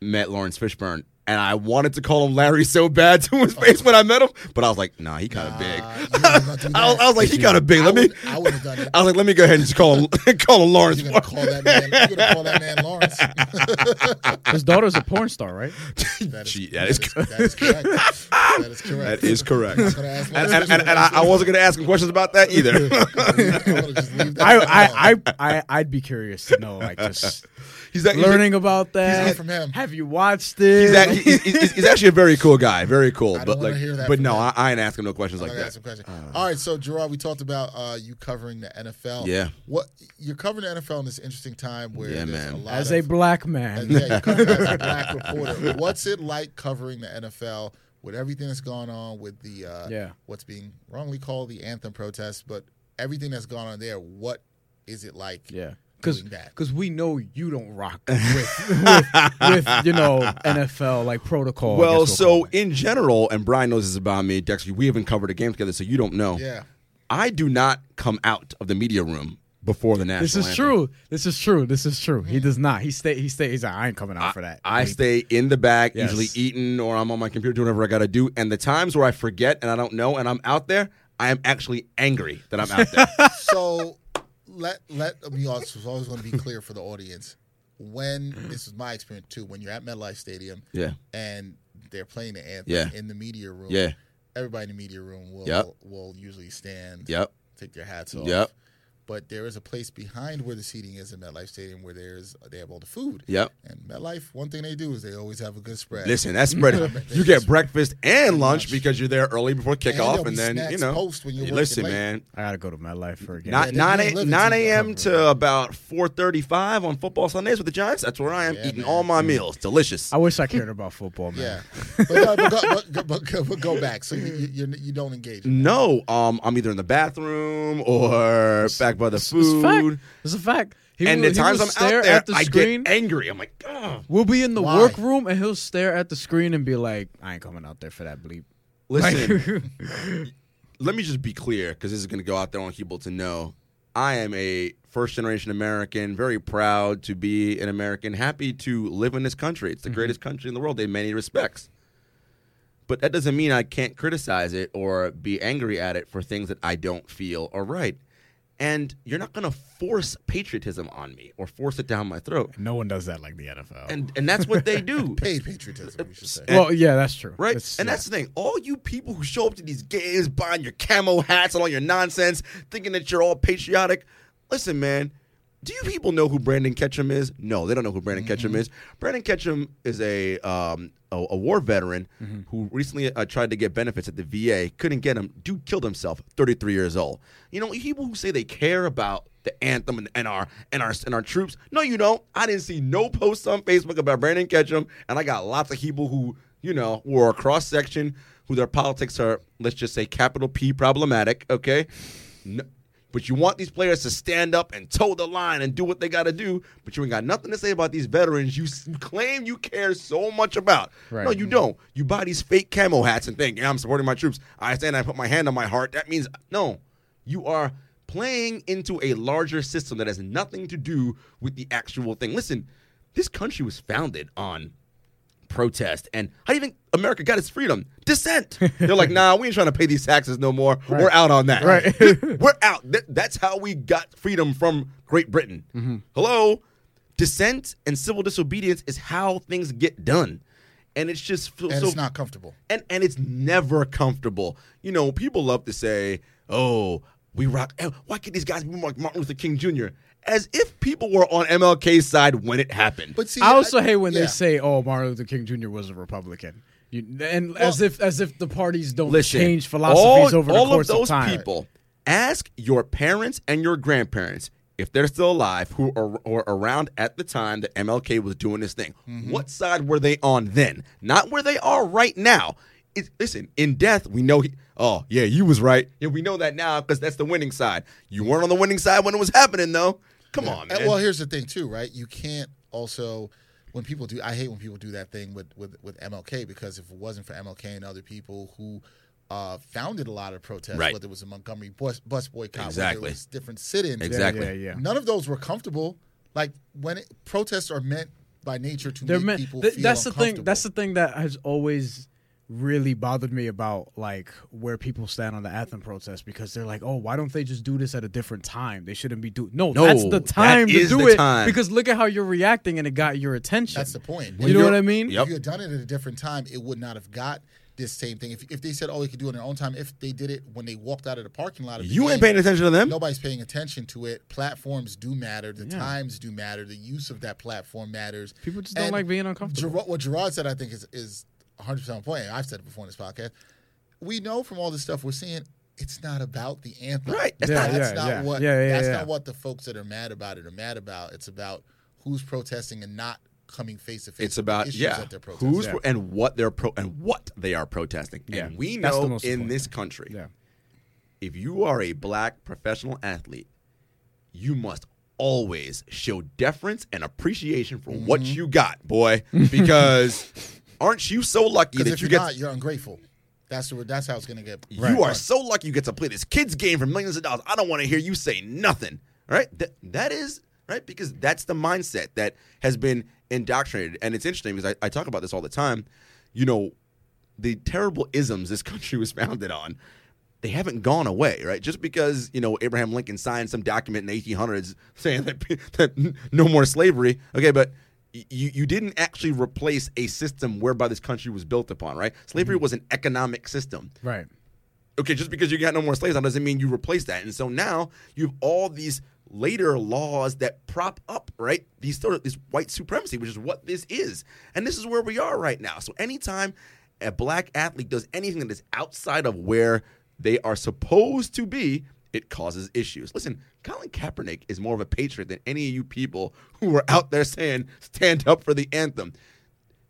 D: Met Lawrence Fishburne, and I wanted to call him Larry so bad [LAUGHS] to his face when I met him, but I was like, nah, he kind of big.
B: Uh, Oh. you know, about to do
D: [LAUGHS] I, was-
B: that.
D: I was like, he kind of big.
B: I
D: Let me.
B: wouldn't- I wouldn't have done it.
D: I was like, let me go ahead and just call him [LAUGHS] call him Lawrence.
B: You're gonna call that man. You're gonna call that man Lawrence.
C: His daughter's a porn star, right?
B: That is,
D: [LAUGHS] Gee, [LAUGHS] that is
B: that is correct. That is correct.
D: That is correct. and
B: gonna ask Lawrence
D: and, and,
B: Fishburne.
D: and I, I wasn't going to ask him questions about that
B: [LAUGHS]
D: either. [LAUGHS]
B: I'm gonna just leave that
C: I,
B: alone.
C: I, I, I, I'd be curious to know, like, just
D: [LAUGHS] he's that, he's-
C: learning about that.
B: from him.
C: Have you watched it?
D: He's, act- he's, he's, he's actually a very cool guy, very cool.
B: don't
D: But
B: wanna
D: like,
B: hear that
D: but
B: from
D: no,
B: him.
D: I, I ain't asking no questions
B: I
D: like
B: gotta ask
D: that.
B: some questions.
D: Um,
B: All right, so Gerard, we talked about uh, you covering the NFL.
D: Yeah.
B: what you're covering the NFL in this interesting time where
D: Yeah,
B: there's
D: man.
B: a lot
C: As
B: [LAUGHS]
C: a
B: of,
C: black
B: as,
C: man.
B: yeah, you're covering as a black reporter. What's it like covering the NFL with everything that's gone on with the uh,
C: Yeah.
B: what's being wrongly called the anthem protest, but everything that's gone on there? What is it like?
C: Yeah. Because
B: doing that.
C: we know you don't
D: [LAUGHS]
C: rock with, with, with, you know, NFL, like, protocol. I guess
D: Well,
C: we'll
D: so
C: call it.
D: in general, and Brian knows this about me, Dexter. We haven't covered a game together, so you don't know.
B: Yeah.
D: I do not come out of the media room before the national.
C: This is
D: anthem.
C: true. This is true. This is true. He does not. He stay. He stay. He's like, I ain't coming out for that.
D: I
C: Like,
D: stay in the back,
C: Yes.
D: usually eating, or I'm on my computer doing whatever I got to do. And the times where I forget and I don't know, and I'm out there, I am actually angry that I'm out there.
B: so let let me also I always want to be clear for the audience. When this is my experience too, when you're at MetLife Stadium,
D: Yeah.
B: and they're playing the anthem
D: Yeah.
B: in the media room,
D: Yeah.
B: everybody in the media room will
D: Yep.
B: will usually stand,
D: Yep.
B: take their hats off,
D: Yep.
B: But there is a place behind where the seating is in MetLife Stadium where there's they have all the food.
D: Yep.
B: And MetLife, one thing they do is they always have a good spread.
D: Listen, that's spread. You get breakfast and lunch because you're there early before kickoff,
B: there'll
D: and,
B: be
D: then
B: snacks
D: you know.
B: post when you're working
D: listen,
B: late.
D: man.
C: I gotta go to my life for a game.
D: Not
B: they
D: nine
B: can't
D: a-
B: live
D: nine
B: until you
D: a.m. to about four thirty-five on football Sundays with the Giants. That's where I am
B: Yeah,
D: eating
B: man.
D: all my meals. Delicious.
C: Mm. I wish I cared about football, man.
B: [LAUGHS] Yeah, but, no, but,
D: [LAUGHS]
B: go, but, go- but, go, but go back. So you, you, you're- you don't engage. in
D: No, um, I'm either in the bathroom or back by the
C: It's a
D: food.
C: fact. It's a fact. He
D: And
C: will-
D: the
C: he
D: times
C: will
D: I'm
C: stare
D: out there,
C: at the
D: I
C: screen.
D: get angry. I'm like, Ugh.
C: We'll be in the
B: Why?
C: workroom and he'll stare at the screen and be like, "I ain't coming out there for that bleep."
D: listen.
B: [LAUGHS]
D: let me just be clear because this is going to go out there on people to know. I am a first generation American, very proud to be an American, happy to live in this country. It's the
B: Mm-hmm.
D: greatest country in the world in many respects. But that doesn't mean I can't criticize it or be angry at it for things that I don't feel are right. And you're not going to force patriotism on me or force it down my throat.
C: No one does that like the NFL.
D: And and that's
B: [LAUGHS]
D: what they do.
B: Paid patriotism, we should say.
C: well, yeah, that's true.
D: Right,
C: It's-
D: and
C: yeah.
D: that's the thing. All you people who show up to these games buying your camo hats and all your nonsense, thinking that you're all patriotic. Listen, man, do you people know who Brandon Ketchum is? No, they don't know who Brandon Ketchum is. Brandon Ketchum is a um, a, a war veteran who recently uh, tried to get benefits at the VA, couldn't get him. Dude killed himself, 33 years old. You know, people who say they care about the anthem and, and our and our and our troops. No, you don't. I didn't see no posts on Facebook about Brandon Ketchum, and I got lots of people who you know were a cross section who their politics are let's just say capital P problematic. Okay, no, but you want these players to stand up and toe the line and do what they got to do, but you ain't got nothing to say about these veterans you s- claim you care so much about.
C: Right.
D: No, you don't. You buy these fake camo hats and think, yeah, I'm supporting my troops. I stand, I put my hand on my heart. That means, no, you are playing into a larger system that has nothing to do with the actual thing. Listen, this country was founded on protest and how do you think America got its freedom? Dissent. They're like, nah, we ain't trying to pay these taxes no more. We're out on that.
B: [LAUGHS]
C: Right.
D: We're out. Th- that's how we got freedom from Great Britain.
B: Mm-hmm.
D: Hello? Dissent and civil disobedience is how things get done. And it's just f-
B: And
D: so
B: it's not comfortable.
D: and and it's never comfortable. You know, people love to say, "Oh, we rock." eh, Why can't these guys be like Martin Luther King Jr.? As if people were on MLK's side when it happened.
B: But see,
C: I also hate when they
B: yeah.
C: say, "Oh, Martin Luther King Jr. was a Republican," you, and as if as if the parties don't
D: Listen,
C: change philosophies
D: all,
C: over the
D: all
C: course
D: of
C: of,
D: those
C: time.
D: people. Ask your parents and your grandparents if they're still alive, who are, were around at the time that MLK was doing this thing.
B: Mm-hmm.
D: What side were they on then? Not where they are right now. It, listen, in death, we know. He, oh yeah, you was right. Yeah, we know that now because that's the winning side. You weren't on the winning side when it was happening, though. Come on, man.
B: And, well, here's the thing too, right? You can't also when people do. I hate when people do that thing with with with MLK because if it wasn't for MLK and other people who uh, founded a lot of protests,
D: Right.
B: whether it was a Montgomery bus, bus boycott, whether
D: Exactly.
B: it was different sit-ins,
D: Exactly.
C: Yeah, yeah.
B: None of those were comfortable. Like when it, protests are meant by nature to
C: They're
B: make
C: meant-
B: people
C: th-
B: feel
C: that's the thing.
B: uncomfortable.
C: That's the thing that has always really bothered me about like where people stand on the anthem protest because they're like, oh, why don't they just do this at a different time? They shouldn't be doing. No,
D: No,
C: that's the
D: that
C: time to
D: is
C: do
D: the
C: it
D: time.
C: because look at how you're reacting and it got your attention.
B: That's the point.
C: You know what I mean?
D: Yep.
B: If you had done it at a different time, it would not have got this same thing. If, if they said, "Oh, they could do it in their own time," if they did it when they walked out of the parking lot, of the
D: you
B: game,
D: ain't paying attention to them.
B: Nobody's paying attention to it. Platforms do matter. The times do matter. The use of that platform matters.
C: People just don't like being uncomfortable.
B: Gerard, what Gerard said, I think, is is 100 percent on point. I've said it before in this podcast. We know from all the stuff we're seeing, it's not about the anthem.
D: Right. It's
B: That's
D: Yeah,
B: not, that's
C: yeah,
B: not
C: yeah.
B: what.
C: Yeah, yeah,
B: that's
C: yeah.
B: not what the folks that are mad about it are mad about. It's about who's protesting and not coming face to face.
D: It's about
B: issues
D: yeah,
B: that they're protesting.
D: who's pro- and what they're pro and what they are protesting.
C: Yeah,
D: and we
C: that's the
D: know
C: most
D: in
C: important
D: this country,
C: yeah.
D: if you are a black professional athlete, you must always show deference and appreciation for what
B: Mm-hmm.
D: you got, boy, because
B: [LAUGHS]
D: aren't you so lucky
B: Because
D: that
B: if
D: you
B: you're
D: get
B: not, you're ungrateful. That's the, that's how it's gonna get.
D: you are so lucky you get to play this kids game for millions of dollars. I don't want to hear you say nothing. All right? That that is right because that's the mindset that has been indoctrinated. And it's interesting because I, I talk about [LAUGHS] this all the time. You know, the terrible isms this country was founded on. they haven't gone away, right? Just because you know Abraham Lincoln signed some document in the 1800s saying that, [LAUGHS] that no more slavery, okay, but y- you you didn't actually replace a system whereby this country was built upon, right? Slavery was an economic system,
C: Right.
D: okay, just because you got no more slaves, that doesn't mean you replace that. And so now you have all these later laws that prop up, right? These sort of this white supremacy, which is what this is. And this is where we are right now. So anytime a black athlete does anything that is outside of where they are supposed to be, it causes issues. Listen, Colin Kaepernick is more of a patriot than any of you people who are out there saying, stand up for the anthem.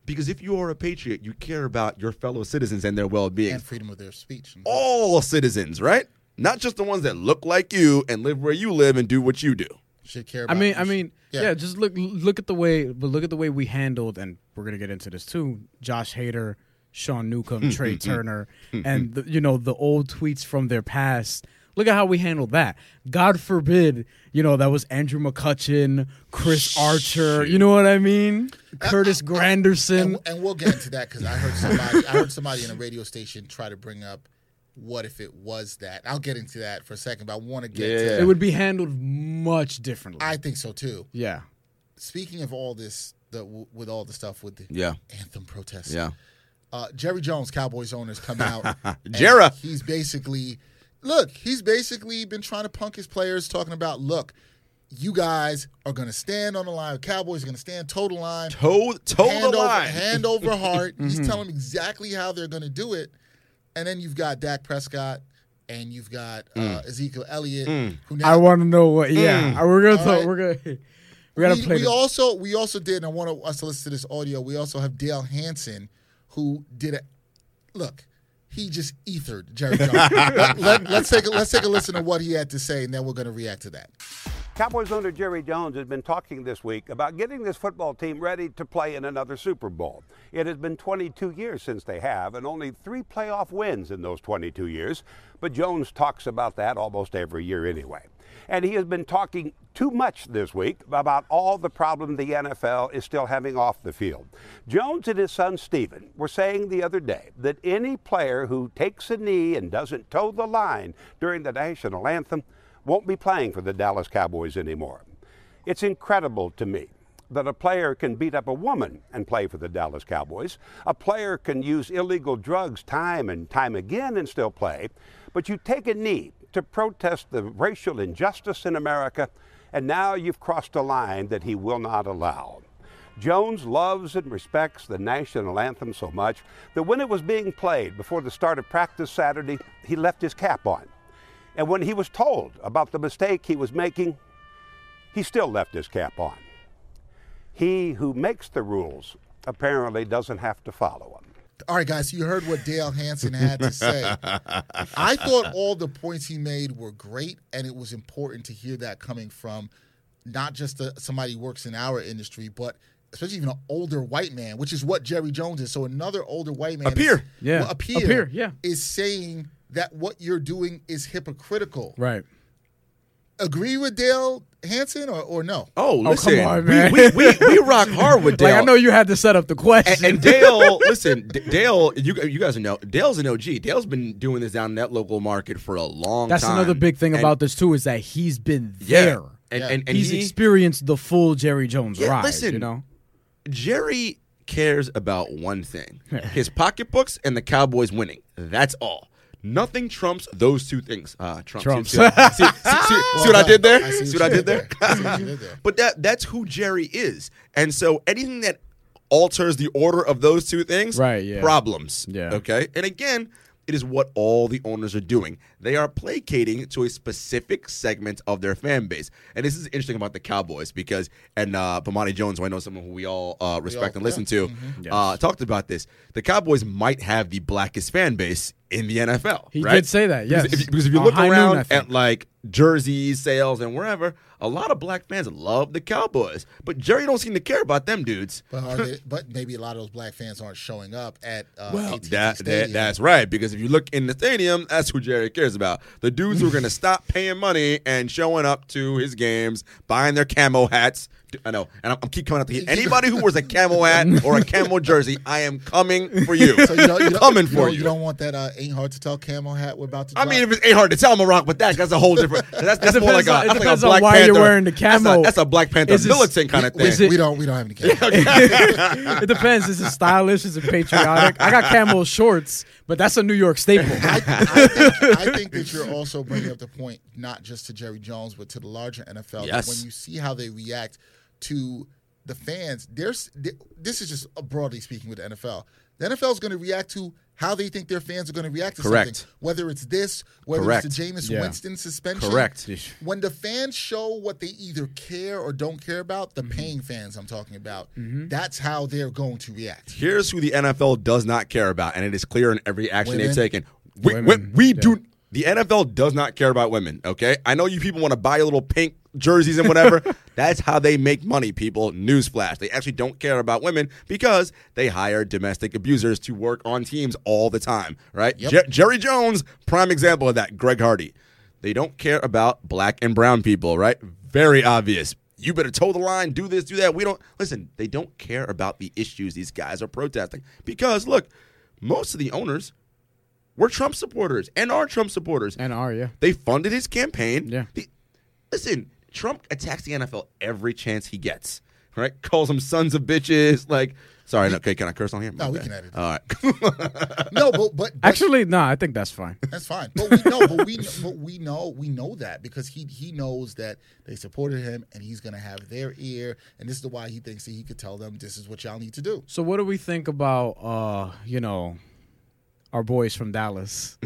D: Because if you are a patriot, you care about your fellow citizens and their well being
B: and freedom of their speech. and-
D: all citizens, right? Not just the ones that look like you and live where you live and do what you do.
B: should care.
C: I
B: About
C: mean,
B: you
C: I
B: should-
C: mean, yeah. Just look, look at the way, but look at the way we handled, and we're gonna get into this too. Josh Hader, Sean
B: Hmm,
C: Newcomb, Trey Turner, and the, you know the old tweets from their past. Look at how we handled that. God forbid, you know that was Andrew McCutcheon, Chris Archer. You know what I
B: Uh,
C: mean? Curtis Granderson.
B: and, and we'll get into that because I heard somebody, I heard somebody in a radio station try to bring up what if it was that. I'll get into that for a second, but I want to get.
D: Yeah.
B: to
C: It would be handled much differently.
B: I think so too.
C: yeah.
B: Speaking of all this, the, with all the stuff with the
D: Yeah.
B: anthem protests, uh, Jerry Jones, Cowboys owners, come out.
D: [LAUGHS]
B: and
D: Jera.
B: He's basically, look, he's basically been trying to punk his players, talking about, look, you guys are going to stand on the line. Cowboys are going to stand toe the line.
D: Toe, toe
B: hand over,
D: the line. Mm-hmm.
B: Hand
D: [LAUGHS]
B: over heart. He's telling them exactly how they're going to do it. And then you've got Dak Prescott and you've got uh,
D: Mm.
B: Ezekiel Elliott. Who now,
C: I want to know what. Yeah, Uh, we're gonna
B: Hmm. All
C: talk,
B: right.
C: we're gonna we gotta
B: we,
C: play.
B: we
C: this.
B: also we also did, and I want us to listen to this audio. We also have Dale Hansen, who did a look. He just ethered Jerry
D: [LAUGHS]
B: Jones. let, us take a, let's take a listen to what he had to say, and then we're going to react to that.
F: Cowboys owner Jerry Jones has been talking this week about getting this football team ready to play in another Super Bowl. It has been 22 years since they have, and only three playoff wins in those 22 years. But Jones talks about that almost every year anyway. And he has been talking too much this week about all the problem the NFL is still having off the field. Jones and his son Steven were saying the other day that any player who takes a knee and doesn't toe the line during the national anthem won't be playing for the Dallas Cowboys anymore. It's incredible to me that a player can beat up a woman and play for the Dallas Cowboys. A player can use illegal drugs time and time again and still play. But you take a knee to protest the racial injustice in America, and now you've crossed a line that he will not allow. Jones loves and respects the national anthem so much that when it was being played before the start of practice Saturday, he left his cap on. And when he was told about the mistake he was making, he still left his cap on. He who makes the rules apparently doesn't have to follow them.
B: All right, guys, you heard what Dale Hansen had to say. I thought all the points he made were great, and it was important to hear that coming from not just a, somebody who works in our industry, but especially even an older white man, which is what Jerry Jones is. So another older white man,
D: A peer.
B: is-
C: Yeah.
B: well, a
C: A
B: peer,
C: peer, yeah.
B: is saying that what you're doing is hypocritical.
C: right.
B: Agree with Dale Hansen or, or no?
D: Oh, listen.
C: on,
D: we-
C: man.
D: We, we, we, rock hard with Dale.
C: [LAUGHS] Like I know you had to set up the
D: and,
C: question. [LAUGHS]
D: and Dale, listen, D- Dale, you you guys know Dale's an OG. Dale's been doing this down in that local market for a long
C: That's
D: time.
C: another big thing
D: And-
C: about this too is that he's been
D: yeah.
C: there.
D: And,
B: Yeah.
D: and, and
C: he's
D: he-
C: experienced the full Jerry Jones
D: Yeah,
C: ride.
D: listen.
C: you know,
D: [LAUGHS] Jerry cares about one thing his pocketbooks and the Cowboys winning. That's all. Nothing trumps those two things. Uh, Trump.
C: Trumps.
D: See, see, see, see- see what I did there?
B: I
D: see,
B: see
D: what I did there?
B: I see what you did there.
D: but that that's who Jerry is. And so anything that alters the order of those two things,
C: Right, yeah.
D: problems.
C: Yeah.
D: Okay. And again, it is what all the owners are doing. They are placating to a specific segment of their fan base. And this is interesting about the Cowboys because, and uh, Bomani Jones, who I know someone who we all uh, respect and listen to, uh, talked about this. The Cowboys might have the blackest fan base in the NFL.
C: He
D: right?
C: did say that,
D: Because
C: yes.
D: if you- because if you
C: On
D: look
C: High Noon, I
D: around
C: think.
D: at like jersey sales and wherever, a lot of black fans love the Cowboys, but Jerry don't seem to care about them dudes.
B: But, are they, but maybe a lot of those black fans aren't showing up at uh,
D: Well,
B: AT&T
D: that, that
B: Stadium.
D: that's right because if you look in the stadium, that's who Jerry cares about.
B: [LAUGHS]
D: The dudes who are going to stop paying money and showing up to his games, buying their camo hats, I know, and I'm, I'm keep coming out to you. Anybody who wears a camo hat or
B: [LAUGHS]
D: a camo jersey, I am coming for you.
B: So you
D: [LAUGHS]
B: don't, you don't,
D: coming
B: you
D: for
B: don't-
D: you.
B: You don't want that uh, ain't hard to tell camo hat we're about to.
D: I
B: drop?
D: mean, if it's ain't hard to tell, I'm a rock, but that that's a
C: [LAUGHS]
D: whole different. That's, that's more like
C: depends
D: a,
C: on- it
D: that's like a
C: depends on
D: Black
C: why
D: Panther.
C: you're wearing the
D: That's a,
C: camo.
D: that's a Black Panther
C: Is this-
D: militant kind of
B: we,
D: thing.
C: Is it-
B: we don't we don't have
D: [LAUGHS]
B: any camo.
C: it depends. Is it stylish? Is it patriotic? I got camel shorts, but that's a New York
D: [LAUGHS]
C: staple.
B: I, think, I think that you're also bringing up the point, not just to Jerry Jones, but to the larger NFL. that
D: Yes.
B: When you see how they react to the fans, there's th- this is just uh, broadly speaking with the NFL. The NFL is going to react to how they think their fans are going to react to
D: Correct.
B: something, whether it's this, whether
D: Correct.
B: it's the Jameis
C: Yeah.
B: Winston suspension.
D: Correct.
B: When the fans show what they either care or don't care about, the
D: Mm-hmm.
B: paying fans I'm talking about, that's how they're going to react.
D: Here's who the NFL does not care about, and it is clear in every action
B: Women.
D: they've taken. We, we, we do. The NFL does not care about women. Okay, I know you people want to buy your little pink jerseys and whatever. That's how they make money. People, newsflash: they actually don't care about women because they hire domestic abusers to work on teams all the time. Right? Jer- Jerry Jones, prime example of that. Greg Hardy. They don't care about black and brown people, right? Very obvious. You better toe the line, do this, do that. We don't listen, they don't care about the issues these guys are protesting. Because look, most of the owners were Trump supporters and are Trump supporters.
C: and are yeah.
D: They funded his campaign.
C: Yeah.
D: The- listen, Trump attacks the NFL every chance he gets. Right? Calls them sons of bitches. Like, sorry, no, okay, can I curse on here?
B: No, we can edit it.
D: All right. [LAUGHS]
B: No, but but, but
C: Actually, no, I think that's fine.
B: That's fine. But we know, but we but we know we know that because he he knows that they supported him and he's gonna have their ear and this is why he thinks that he could tell them this is what y'all need to [LAUGHS] do.
C: So, what do we think about uh, you know, our boys from
D: [LAUGHS]
C: Dallas,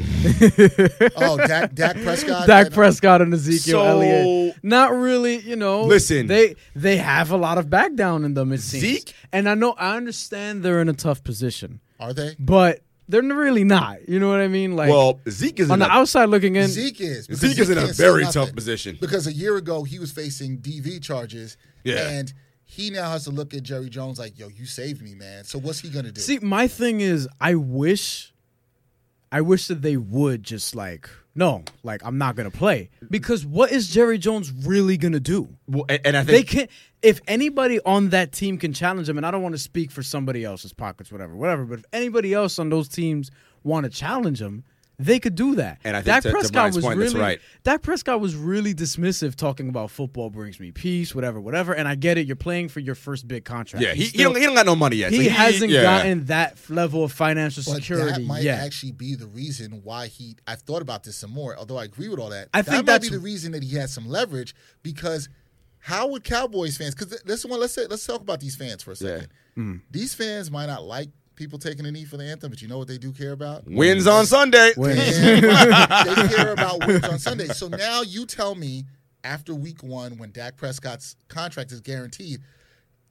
B: Oh, Dak Dak Prescott.
C: Dak
B: and-
C: Prescott and Ezekiel
D: So-
C: Elliott? Not really, you know.
D: Listen.
C: they they have a lot of back down in them. It seems.
D: Zeke?
C: and I know I understand they're in a tough position,
B: Are they?
C: but they're really not. You know what I mean? Like
D: well, Zeke is
C: on
D: in
C: the
D: a-
C: outside looking in,
B: Zeke is. because
D: Zeke is in a
B: can't say
D: very
B: nothing.
D: tough position.
B: Because a year ago he was facing DV charges.
D: Yeah.
B: And he now has to look at Jerry Jones like, yo, you saved me, man. So what's he gonna do?
C: See, my thing is, I wish, I wish that they would just like, no, like I'm not gonna play because what is Jerry Jones really gonna do?
D: well, and, and I think
C: They can, if anybody on that team can challenge him, and I don't want to speak for somebody else's pockets, whatever, whatever. But if anybody else on those teams want to challenge him, they could do that.
D: And I think
C: Dak
D: to- to
C: Prescott
D: Brian's
C: was
D: point, that's
C: really,
D: right.
C: Dak Prescott was really dismissive, talking about football brings me peace, whatever, whatever. And I get it, you're playing for your first big contract.
D: Yeah, he,
C: He's
D: he, don't, he don't got no money yet. so
C: he hasn't
D: yeah.
C: gotten that f- level of financial
B: but that
C: security
B: might
C: yet.
B: actually be the reason why he. I've thought about this some more, although I agree with all that.
C: I
B: that
C: think
B: might
C: that's-
B: be the reason that he has some leverage because how would Cowboys fans? Because this one, let's say, let's talk about these fans for a second.
C: Mm.
B: These fans might not like people taking a knee for the anthem, but you know what they do care about?
D: Wins on Sunday.
B: And they care about wins on Sunday. So now you tell me after week one, when Dak Prescott's contract is guaranteed,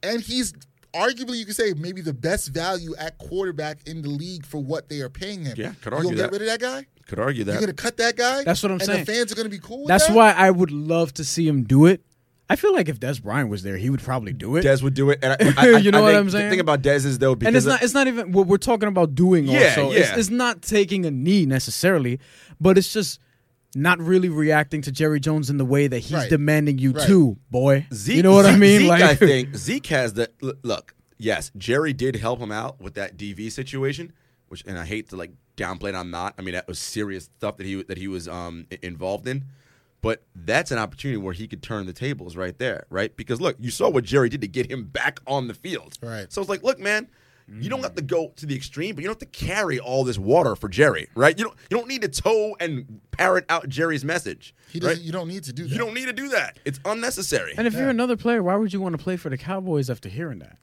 B: and he's arguably, you could say, maybe the best value at quarterback in the league for what they are paying him.
D: Yeah, could
B: You're
D: argue
B: gonna
D: that.
B: get rid of that guy?
D: [LAUGHS] Could argue
B: You're going to
D: that.
B: cut that guy?
C: That's what I'm
B: and
C: saying.
B: the fans are going to be cool with
C: That's
B: that?
C: why I would love to see him do it. I feel like if Des Bryant was there, he would probably do it.
D: Dez would do it. And
C: [LAUGHS]
D: I, I, I-
C: You know
D: I
C: what
D: think
C: I'm
D: The
C: saying?
D: thing about Dez is though, because
C: and it's
D: of-
C: not it's not even what we're talking about doing
D: Yeah,
C: also
D: yeah.
C: It's, it's not taking a knee necessarily but it's just not really reacting to jerry jones in the way that he's
B: Right.
C: demanding you
B: Right.
C: to boy
D: Zeke,
C: you know what i
D: Zeke-
C: mean
D: Zeke,
C: like [LAUGHS]
D: I think Zeke has the l- look. Yes, Jerry did help him out with that DV situation, which and I hate to like downplay it. I'm not. I mean, that was serious stuff that he that he was um i- involved in. But that's an opportunity where he could turn the tables right there, right? Because look, you saw what Jerry did to get him back on the field.
B: Right.
D: So it's like, look, man, you don't have to go to the extreme, but you don't have to carry all this water for Jerry, right? You don't you don't need to toe and parrot out Jerry's message.
B: He
D: right?
B: doesn't, You don't need to do that.
D: You don't need to do that. It's unnecessary.
C: And if you're another player, why would you want to play for the Cowboys after hearing that?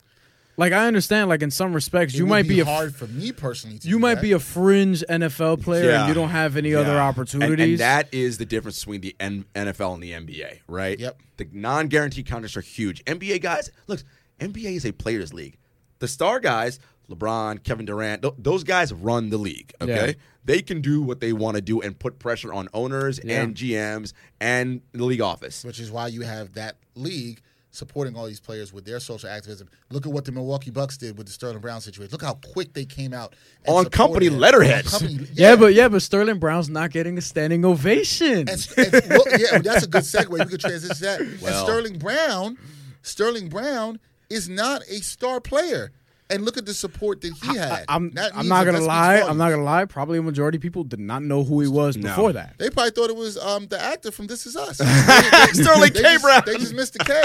C: Like I understand, like in some respects,
B: It
C: you
B: would
C: might
B: be,
C: be, a
B: hard for me personally to
C: you
B: do
C: might
B: that.
C: be a fringe NFL player and you don't have any other
D: Yeah.
C: opportunities.
D: And, and that is the difference between the N- NFL and the NBA, right?
B: Yep.
D: The non guaranteed contracts are huge. NBA guys, look, NBA is a players' league. The star guys, LeBron, Kevin Durant, th- those guys run the league, okay?
C: Yeah.
D: They can do what they want to do and put pressure on owners and GMs and the league office.
B: which is why you have that league supporting all these players with their social activism. Look at what the Milwaukee Bucks did with the Sterling Brown situation. Look how quick they came out and
D: On
B: supported
D: company
B: him.
D: letterheads.
C: yeah, but yeah, but Sterling Brown's not getting a standing ovation.
B: and, and- well, yeah, well, that's a good segue. We could transition to that.
D: Well.
B: and Sterling Brown Sterling Brown is not a star player. And look at the support that he had.
C: I'm
B: That
C: I'm
B: means that
C: not gonna
B: that speaks
C: lie. I'm
B: volumes.
C: not gonna lie. Probably a majority of people did not know who he was before that.
B: They probably thought it was um, the actor from This Is Us. They- they-
D: [LAUGHS] Sterling
B: they
D: K.
B: just-
D: Brown.
B: They just missed the K.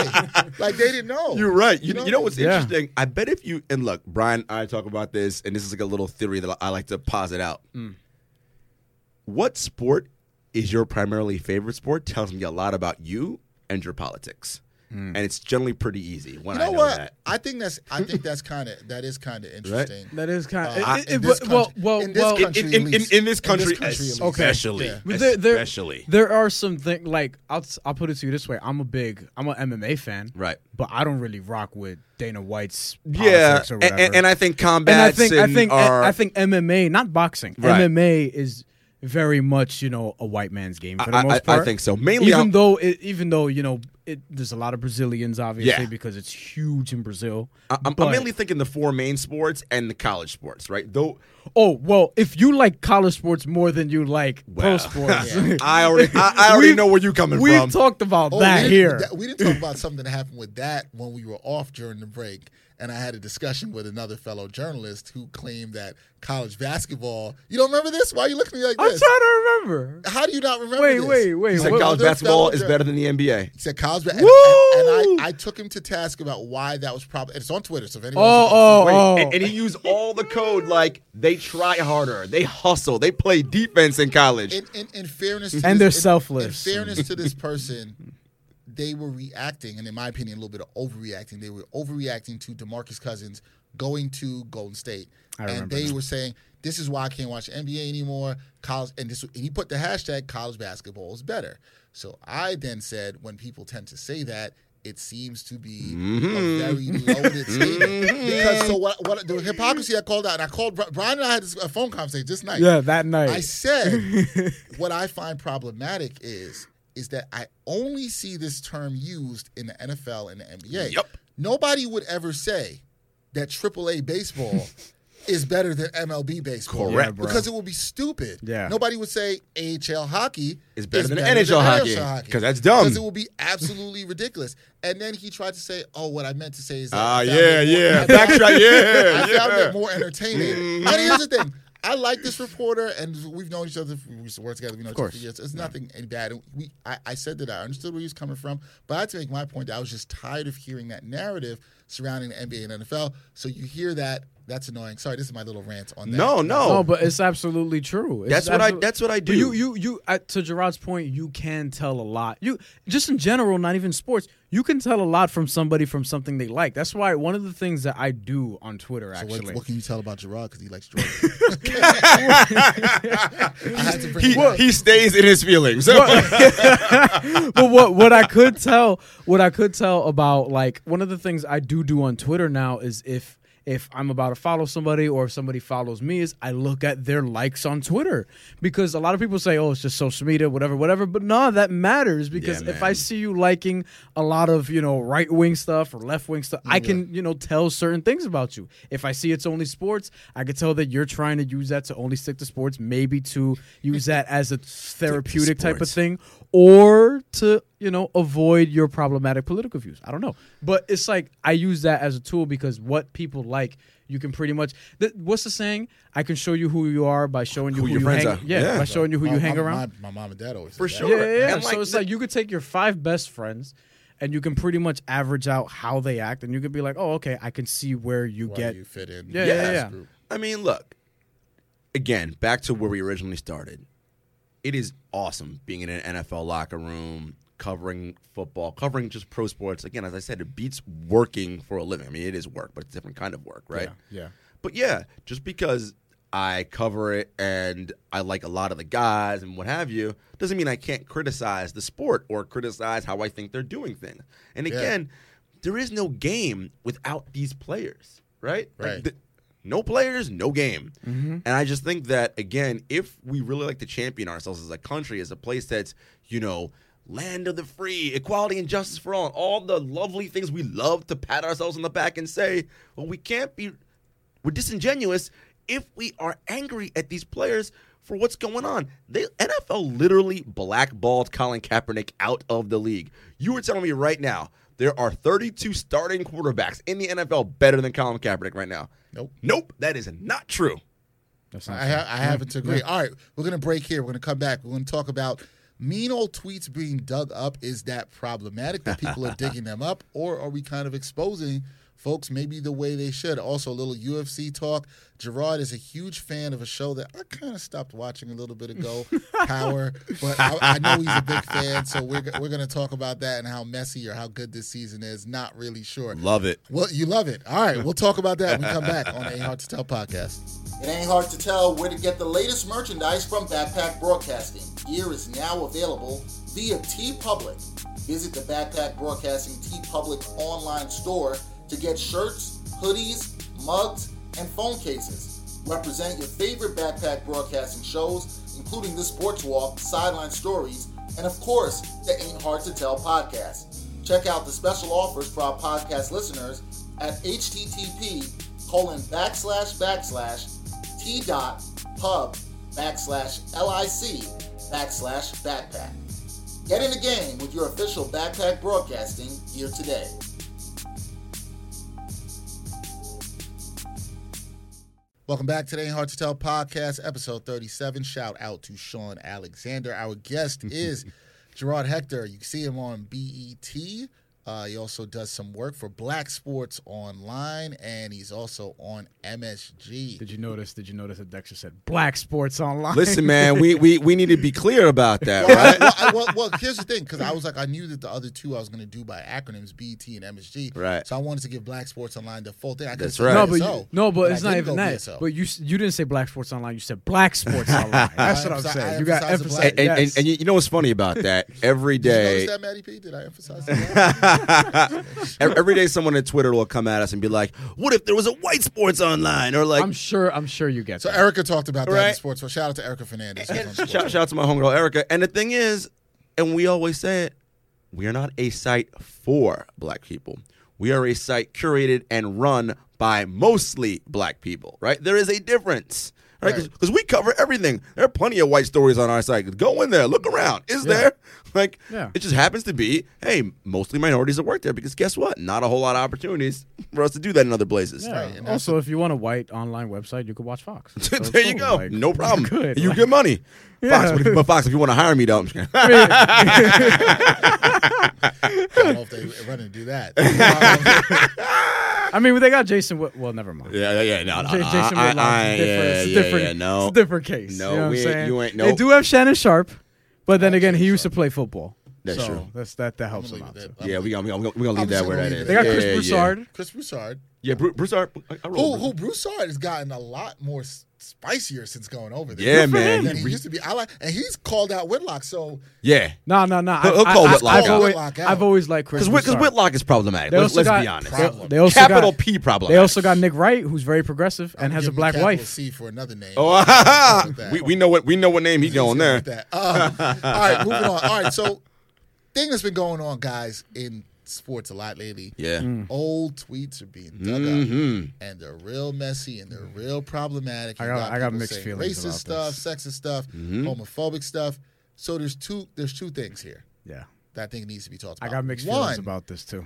B: like they didn't know.
D: You're right. Oh, You, you know, what's
C: Yeah.
D: interesting? I bet if you and look, Brian, and I talk about this, and this is like a little theory that I like to posit out. What sport is your primarily favorite sport tells me a lot about you and your politics, and it's generally pretty easy when
B: You know
D: I Hmm. know
B: what?
D: that.
B: I think that's I think
D: [LAUGHS]
B: that's kind of that is kind of interesting.
C: That is kind
B: Uh,
C: of
B: in this
C: well,
B: country-
C: well,
B: in this
C: well.
B: country-
D: in, in, in,
B: least.
D: in this country,
B: country, at least.
C: Okay.
D: especially,
B: Yeah.
C: But there, there,
D: especially.
C: there are some things like I'll I'll put it to you this way: I'm a big I'm an MMA fan,
D: Right.
C: But I don't really rock with Dana White's
D: yeah,
C: politics or
D: and,
C: whatever.
D: and, and I think combat.
C: And I think I think
D: are,
C: I think MMA, not boxing.
D: Right.
C: MMA is very much you know a white man's game for the
D: I- I-
C: most
D: I
C: part.
D: think so. Mainly
C: even
D: I'm-
C: though it, even though you know it, there's a lot of Brazilians obviously
D: Yeah.
C: because it's huge in Brazil.
D: I- I'm, I'm
C: but-
D: mainly thinking the four main sports and the college sports, right? Though
C: Oh well, if you like college sports more than you like pro
D: Wow.
C: sports,
D: [LAUGHS] I already, I, I already
C: We've-
D: know where you're coming
C: we've
D: from.
C: talked about
B: Oh, we
C: that
B: didn't-
C: here.
B: that- we didn't talk about something that happened with that when we were off during the break, and I had a discussion with another fellow journalist who claimed that college basketball. You don't remember this? Why are you looking at me like
C: I'm
B: this?
C: trying to remember.
B: How do you not remember?
C: Wait,
B: this?
C: wait, wait,
B: He's a
D: He said
C: Well,
D: college
B: fellow
D: basketball is
B: jour-
D: better than the NBA.
B: He said college ba- and,
C: Woo!
B: and- and I, I took him to task about why that was probably. It's on Twitter, so if anyone.
C: Oh, oh,
D: Wait,
C: oh.
D: and, and he used all the code like they try harder, they hustle, they play defense in college.
B: in, in, in fairness, to this-
C: And they're
B: in-
C: selfless.
B: In, fairness to this person, they were reacting, and in my opinion, a little bit of overreacting. They were overreacting to Demarcus Cousins going to Golden State, and they were saying, "This is why I can't watch NBA anymore." College, and this, and he put the hashtag "college basketball is better." So I then said, when people tend to say that. It seems to be a very loaded statement because so what? What the hypocrisy I called out, and I called Bri- Brian and I had this, a phone conversation this night.
C: Yeah, that night.
B: I said what I find problematic is is that I only see this term used in the NFL and the NBA.
D: Yep.
B: Nobody would ever say that AAA baseball is better than MLB baseball.
D: Correct. Yeah, bro.
B: because it would be stupid.
C: Yeah.
B: Nobody would say AHL hockey
D: Is better than NHL hockey, 'cause that's dumb.
B: Because it would be absolutely ridiculous. And then he tried to say, "Oh, what I meant to say is that
D: Ah,
B: I found
D: yeah,
B: it more- [LAUGHS]
D: yeah.
B: I found-
D: Backtrack, yeah,
B: I found
D: yeah.
B: it more
D: Mm-hmm.
B: entertaining." And here's the thing. I like this reporter, and we've known each other. We used to work together. We know each other for years. It's nothing any bad. And We, I, I said that I understood where he was coming from, but I had to make my point. That I was just tired of hearing that narrative surrounding the NBA and NFL. So you hear that, that's annoying. Sorry, this is my little rant on that.
D: no, no,
C: No, but it's absolutely true. It's
D: That's what I-
C: absolu-
D: that's what I
C: But
D: do.
C: You you you I, to Gerard's point, you can tell a lot. You just in general, not even sports, you can tell a lot from somebody from something they like. That's why one of the things that I do on Twitter
B: So what,
C: actually.
B: what can you tell about Gerard? Because he
D: [LAUGHS]
B: likes Jordan. I had to bring
D: he,
B: it up.
D: he stays in his feelings.
C: but what what I could tell what I could tell about like one of the things I do do on Twitter now is if if I'm about to follow somebody or if somebody follows me is I look at their likes on Twitter because a lot of people say oh it's just social media whatever whatever but no that matters because if I see you liking a lot of you know right wing stuff or left wing stuff I can you know tell certain things about you if I see it's only sports I could tell that you're trying to use that to only stick to sports maybe to use that as a therapeutic type of
D: sports.
C: thing thing or to you know avoid your problematic political views i don't know but it's like i use that as a tool because what people like you can pretty much th- what's the saying i can show you who you are by showing you
D: Who
C: who,
D: your
C: you
D: friends
C: hang
D: are.
C: yeah,
D: Yeah.
C: by showing you who
B: My-
C: you hang
B: my-
C: around
B: My, my mom and dad always
D: For
B: said that.
D: sure.
C: yeah yeah, yeah.
D: And, like,
C: so it's
D: the-
C: like you could take your five best friends and you can pretty much average out how they act and you could be like oh okay i can see where you
B: Why
C: get
B: you fit in?
C: Yeah,
B: with
C: yeah,
B: this
C: yeah.
B: group.
D: I mean, look, again, back to where we originally started. It is awesome being in an NFL locker room, covering football, covering just pro sports. Again, as I said, it beats working for a living. I mean, it is work, but it's a different kind of work, right?
B: Yeah, yeah.
D: But yeah, just because I cover it and I like a lot of the guys and what have you, doesn't mean I can't criticize the sport or criticize how I think they're doing things. And again, there is no game without these players, right? Like,
B: Right.
D: th- no players, no game. And I just think that again, if we really like to champion ourselves as a country, as a place that's, you know, land of the free, equality and justice for all, and all the lovely things we love to pat ourselves on the back and say, well, we can't be we're disingenuous if we are angry at these players for what's going on. The NFL literally blackballed Colin Kaepernick out of the league. You were telling me right now there are 32 starting quarterbacks in the NFL better than Colin Kaepernick right now.
B: Nope.
D: Nope, that is not true.
B: I, ha- I happen to agree. All right, we're going to break here. We're going to come back. We're going to talk about mean old tweets being dug up. Is that problematic that people are digging them up, or are we kind of exposing folks maybe the way they should? Also, a little UFC talk. Gerard is a huge fan of a show that I kind of stopped watching a little bit ago, Power, but I, I know he's a big fan, so we're, g- we're going to talk about that and how messy or how good this season is. Not really sure. [LAUGHS]
D: Love it.
B: Well, you love it. All right, we'll talk about that when we come back on the Ain't Hard to Tell podcast. It ain't hard to tell where to get the latest merchandise from Backpack Broadcasting. Gear is now available via T Public. Visit the Backpack Broadcasting T Public online store to get shirts, hoodies, mugs, and phone cases. Represent your favorite Backpack Broadcasting shows, including The Sports Walk, Sideline Stories, and of course, the Ain't Hard to Tell podcast. Check out the special offers for our podcast listeners at http colon backslash backslash t dot pub backslash lic backslash backpack. Get in the game with your official backpack broadcasting gear today. Welcome back to the Ain't Hard to Tell podcast, episode 37. Shout out to Sean Alexander. Our guest is Gerard Hector. You can see him on BET. Uh, he also does some work for Black Sports Online, and he's also on MSG.
C: Did you notice? Did you notice that Dexter said Black Sports Online? [LAUGHS]
D: Listen, man, we, we, we need to be clear about that,
B: Well,
D: [LAUGHS] right?
B: I- well, I- well, well, here's the thing, because I was like, I knew that the other two I was going to do by acronyms, BET and MSG.
D: Right.
B: So I wanted to give Black Sports Online the full thing. I could've
D: That's
B: said
D: right.
C: no, but
B: VSO,
C: you, no, but
B: I
C: it's not
B: didn't go
C: even that.
B: VSO.
C: But you s- you didn't say Black Sports Online. You said Black Sports
D: [LAUGHS]
C: Online. That's what I'm
B: emphasize- I
C: saying. You got
B: emphasize the
C: emphasis.
B: black.
D: and, and, and you you know what's funny about that? Every
B: Did you
D: day,
B: notice that, Matty P? Did I emphasize
D: [LAUGHS]
B: that?
D: ev- every day, someone on Twitter will come at us and be like, "What if there was a white sports online?" Or like,
C: I'm sure. I'm sure you get
B: so
C: that.
B: Erica talked about that in
D: Right.
B: sports. So shout out to Erica Fernandez. who's on sports.
D: shout, shout out to my homegirl Erica. And the thing is, and we always say it, we are not a site for black people. We are a site curated and run by mostly black people, right? There is a difference. Right, because we cover everything. There are plenty of white stories on our site. Go in there, look around. Is there [LAUGHS] like
C: Yeah.
D: it just happens to be? Hey, mostly minorities that work there because guess what? Not a whole lot of opportunities for us to do that in other places.
C: Yeah. Also, if you want a white online website, you could watch
D: [LAUGHS]
C: Fox. So it's
D: there you
C: cool,
D: go.
C: like-
D: no problem.
C: [LAUGHS] good,
D: You
C: like-
D: get money.
C: Yeah.
D: Fox, but Fox, if you want to hire me, though, I'm just kidding.
B: I don't know if they run and do
D: [LAUGHS]
B: that. Um,
C: I mean, they got Jason. Wi- Well, never mind.
D: Yeah, yeah, yeah, no, no,
C: J-
D: no.
C: Jason
D: I-
C: Whitlock's
D: I-
C: different.
D: yeah,
C: it's a
D: yeah,
C: different,
D: yeah, no.
C: it's a different case.
D: No,
C: you know what
D: we
C: I'm
D: ain't-
C: saying?
D: you ain't-
C: They
D: no.
C: do have Shannon Sharp, but then again, he used to play football.
D: That's
C: so
D: true.
C: That's that. That helps
B: leave
C: him out.
B: it
C: Too.
B: there.
D: Yeah, we gonna we gonna, we gonna
B: I'm
D: leave
B: just
D: that where
B: gonna
D: that
B: leave
D: is.
B: it.
C: They got
D: yeah,
C: Chris
D: yeah,
C: Broussard.
B: Chris Broussard.
D: Yeah, Bru- Broussard. I, I roll
B: Who,
D: with
B: who Broussard has gotten a lot more s- spicier since going over there.
D: Yeah, Good for man. him.
B: Than he used to be. I like, and he's called out Whitlock. So
D: Bru- Yeah,
C: No, no, no.
D: He'll- he'll
C: I-
D: call
C: I,
D: Whitlock
C: I, I've,
D: out.
C: always,
B: Whitlock out.
C: I've always liked Chris
D: because because
C: Broussard.
D: Whitlock is problematic.
C: They
D: Let's,
C: also
D: let's
C: got-
D: be honest.
C: They,
B: Problem.
C: they also
D: Capital
C: got,
D: P problematic.
C: They also got Nick Wright, who's very progressive and has a
B: give him
C: black
B: capital
C: wife.
B: C for another name.
D: Oh, [LAUGHS]
B: Something like that.
D: [LAUGHS] we, we know what we know what name he going
B: He's
D: there.
B: good with that. Um, all right, moving on. All right,
D: [LAUGHS]
B: so thing that's been going on, guys, in sports a lot lately.
D: Yeah.
C: Mm.
D: Mm-hmm.
B: Old tweets are being dug up, and they're real messy and they're real problematic.
C: I
B: You
C: got- I got
B: people
C: mixed
B: saying
C: feelings
B: Racist
C: about
B: stuff, sexist stuff,
D: Mm-hmm.
B: homophobic stuff. So there's two. There's two things here
C: Yeah,
B: that I think needs to be talked
C: I
B: about.
D: Uh,
C: got mixed
B: One,
C: feelings about this too.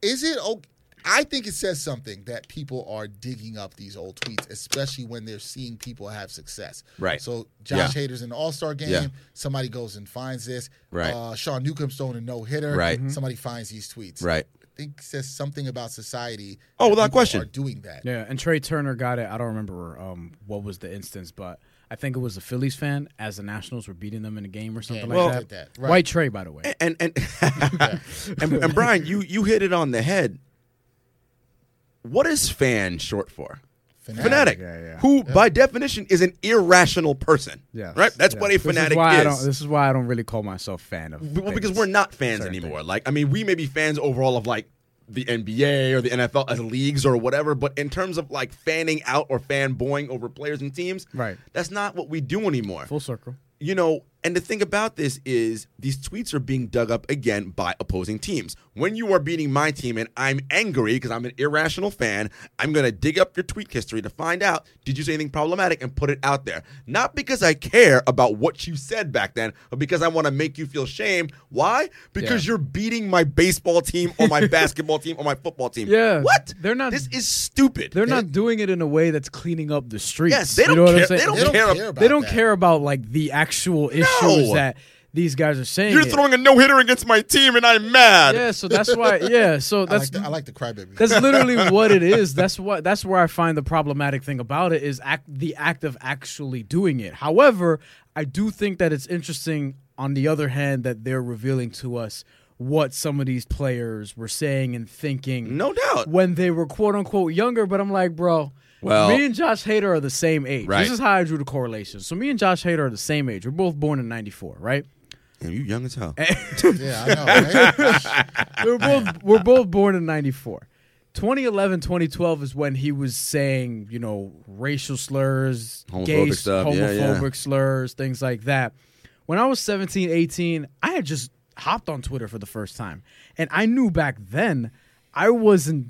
B: is it okay? I think it says something that people are digging up these old tweets, especially when they're seeing people have success.
D: Right.
B: So Josh Hader's in the All Star game.
D: Yeah.
B: Somebody goes and finds this.
D: Right.
B: Uh, Sean Newcomb's throwing a no hitter.
D: Right.
C: Mm-hmm.
D: Mhm.
B: Somebody finds these tweets.
D: Right.
B: I think it says something about society.
D: Oh,
B: that
D: without
B: people
D: question.
B: Are doing that.
C: Yeah, and Trey Turner got it. I don't remember um, what was the instance, but I think it was a Phillies fan as the Nationals were beating them in a game or something
B: well,
C: like
B: like
C: that.
B: that, right.
C: White Trey, by the way.
D: and and
C: [LAUGHS]
D: and, and Brian, you you hit it on the head. What is fan short for?
B: Fanatic.
D: Fanatic,
C: Yeah, yeah.
D: who by definition is an irrational person.
C: Yes.
D: right. That's
C: yes.
D: what a
C: This is
D: fanatic
C: why I
D: is.
C: don't, this is why I don't really call myself fan of.
D: Well, because
C: things.
D: we're not fans
C: Certain
D: anymore. Like, I mean, we may be fans overall of like the NBA or the NFL as leagues or whatever, but in terms of like fanning out or fanboying over players and teams,
C: Right.
D: That's not what we do anymore.
C: Full circle.
D: You know, And the thing about this is these tweets are being dug up again by opposing teams. When you are beating my team and I'm angry because I'm an irrational fan, I'm going to dig up your tweet history to find out did you say anything problematic and put it out there. Not because I care about what you said back then, but because I want to make you feel shame. Why? Because you're beating my baseball team
C: [LAUGHS]
D: or my basketball team or my football team.
C: Yeah.
D: What?
C: They're not-
D: This is stupid.
C: They're not doing it in a way that's cleaning up the streets.
D: Yes, they
C: You know
D: don't
C: what I'm
D: care-
C: saying?
D: they don't
C: They don't,
D: care
C: care,
B: about
C: they don't
B: that.
C: care about like the actual issues that these guys are saying.
D: You're
C: it.
D: throwing a no hitter against my team and I'm mad.
C: Yeah, so that's why. Yeah, so
B: I like
C: that's
B: the, I like the crybaby.
C: that's literally what it is. That's what that's where I find the problematic thing about it is act, the act of actually doing it. However, I do think that it's interesting on the other hand that they're revealing to us what some of these players were saying and thinking.
D: No doubt.
C: When they were quote unquote younger, but I'm like, bro,
D: Well-
C: me and Josh Hader are the same age.
D: Right.
C: This is how I drew the correlation. So me and Josh Hader are the same age. We're both born in 94, right?
D: Damn, you young as hell.
B: yeah, I know. Right?
C: we're both we're both born in 94 2011 2012 is when he was saying you know racial slurs gay
D: Homophobic stuff, yeah,
C: homophobic
D: yeah.
C: slurs things like that when i was 17 18 i had just hopped on twitter for the first time and i knew back then i wasn't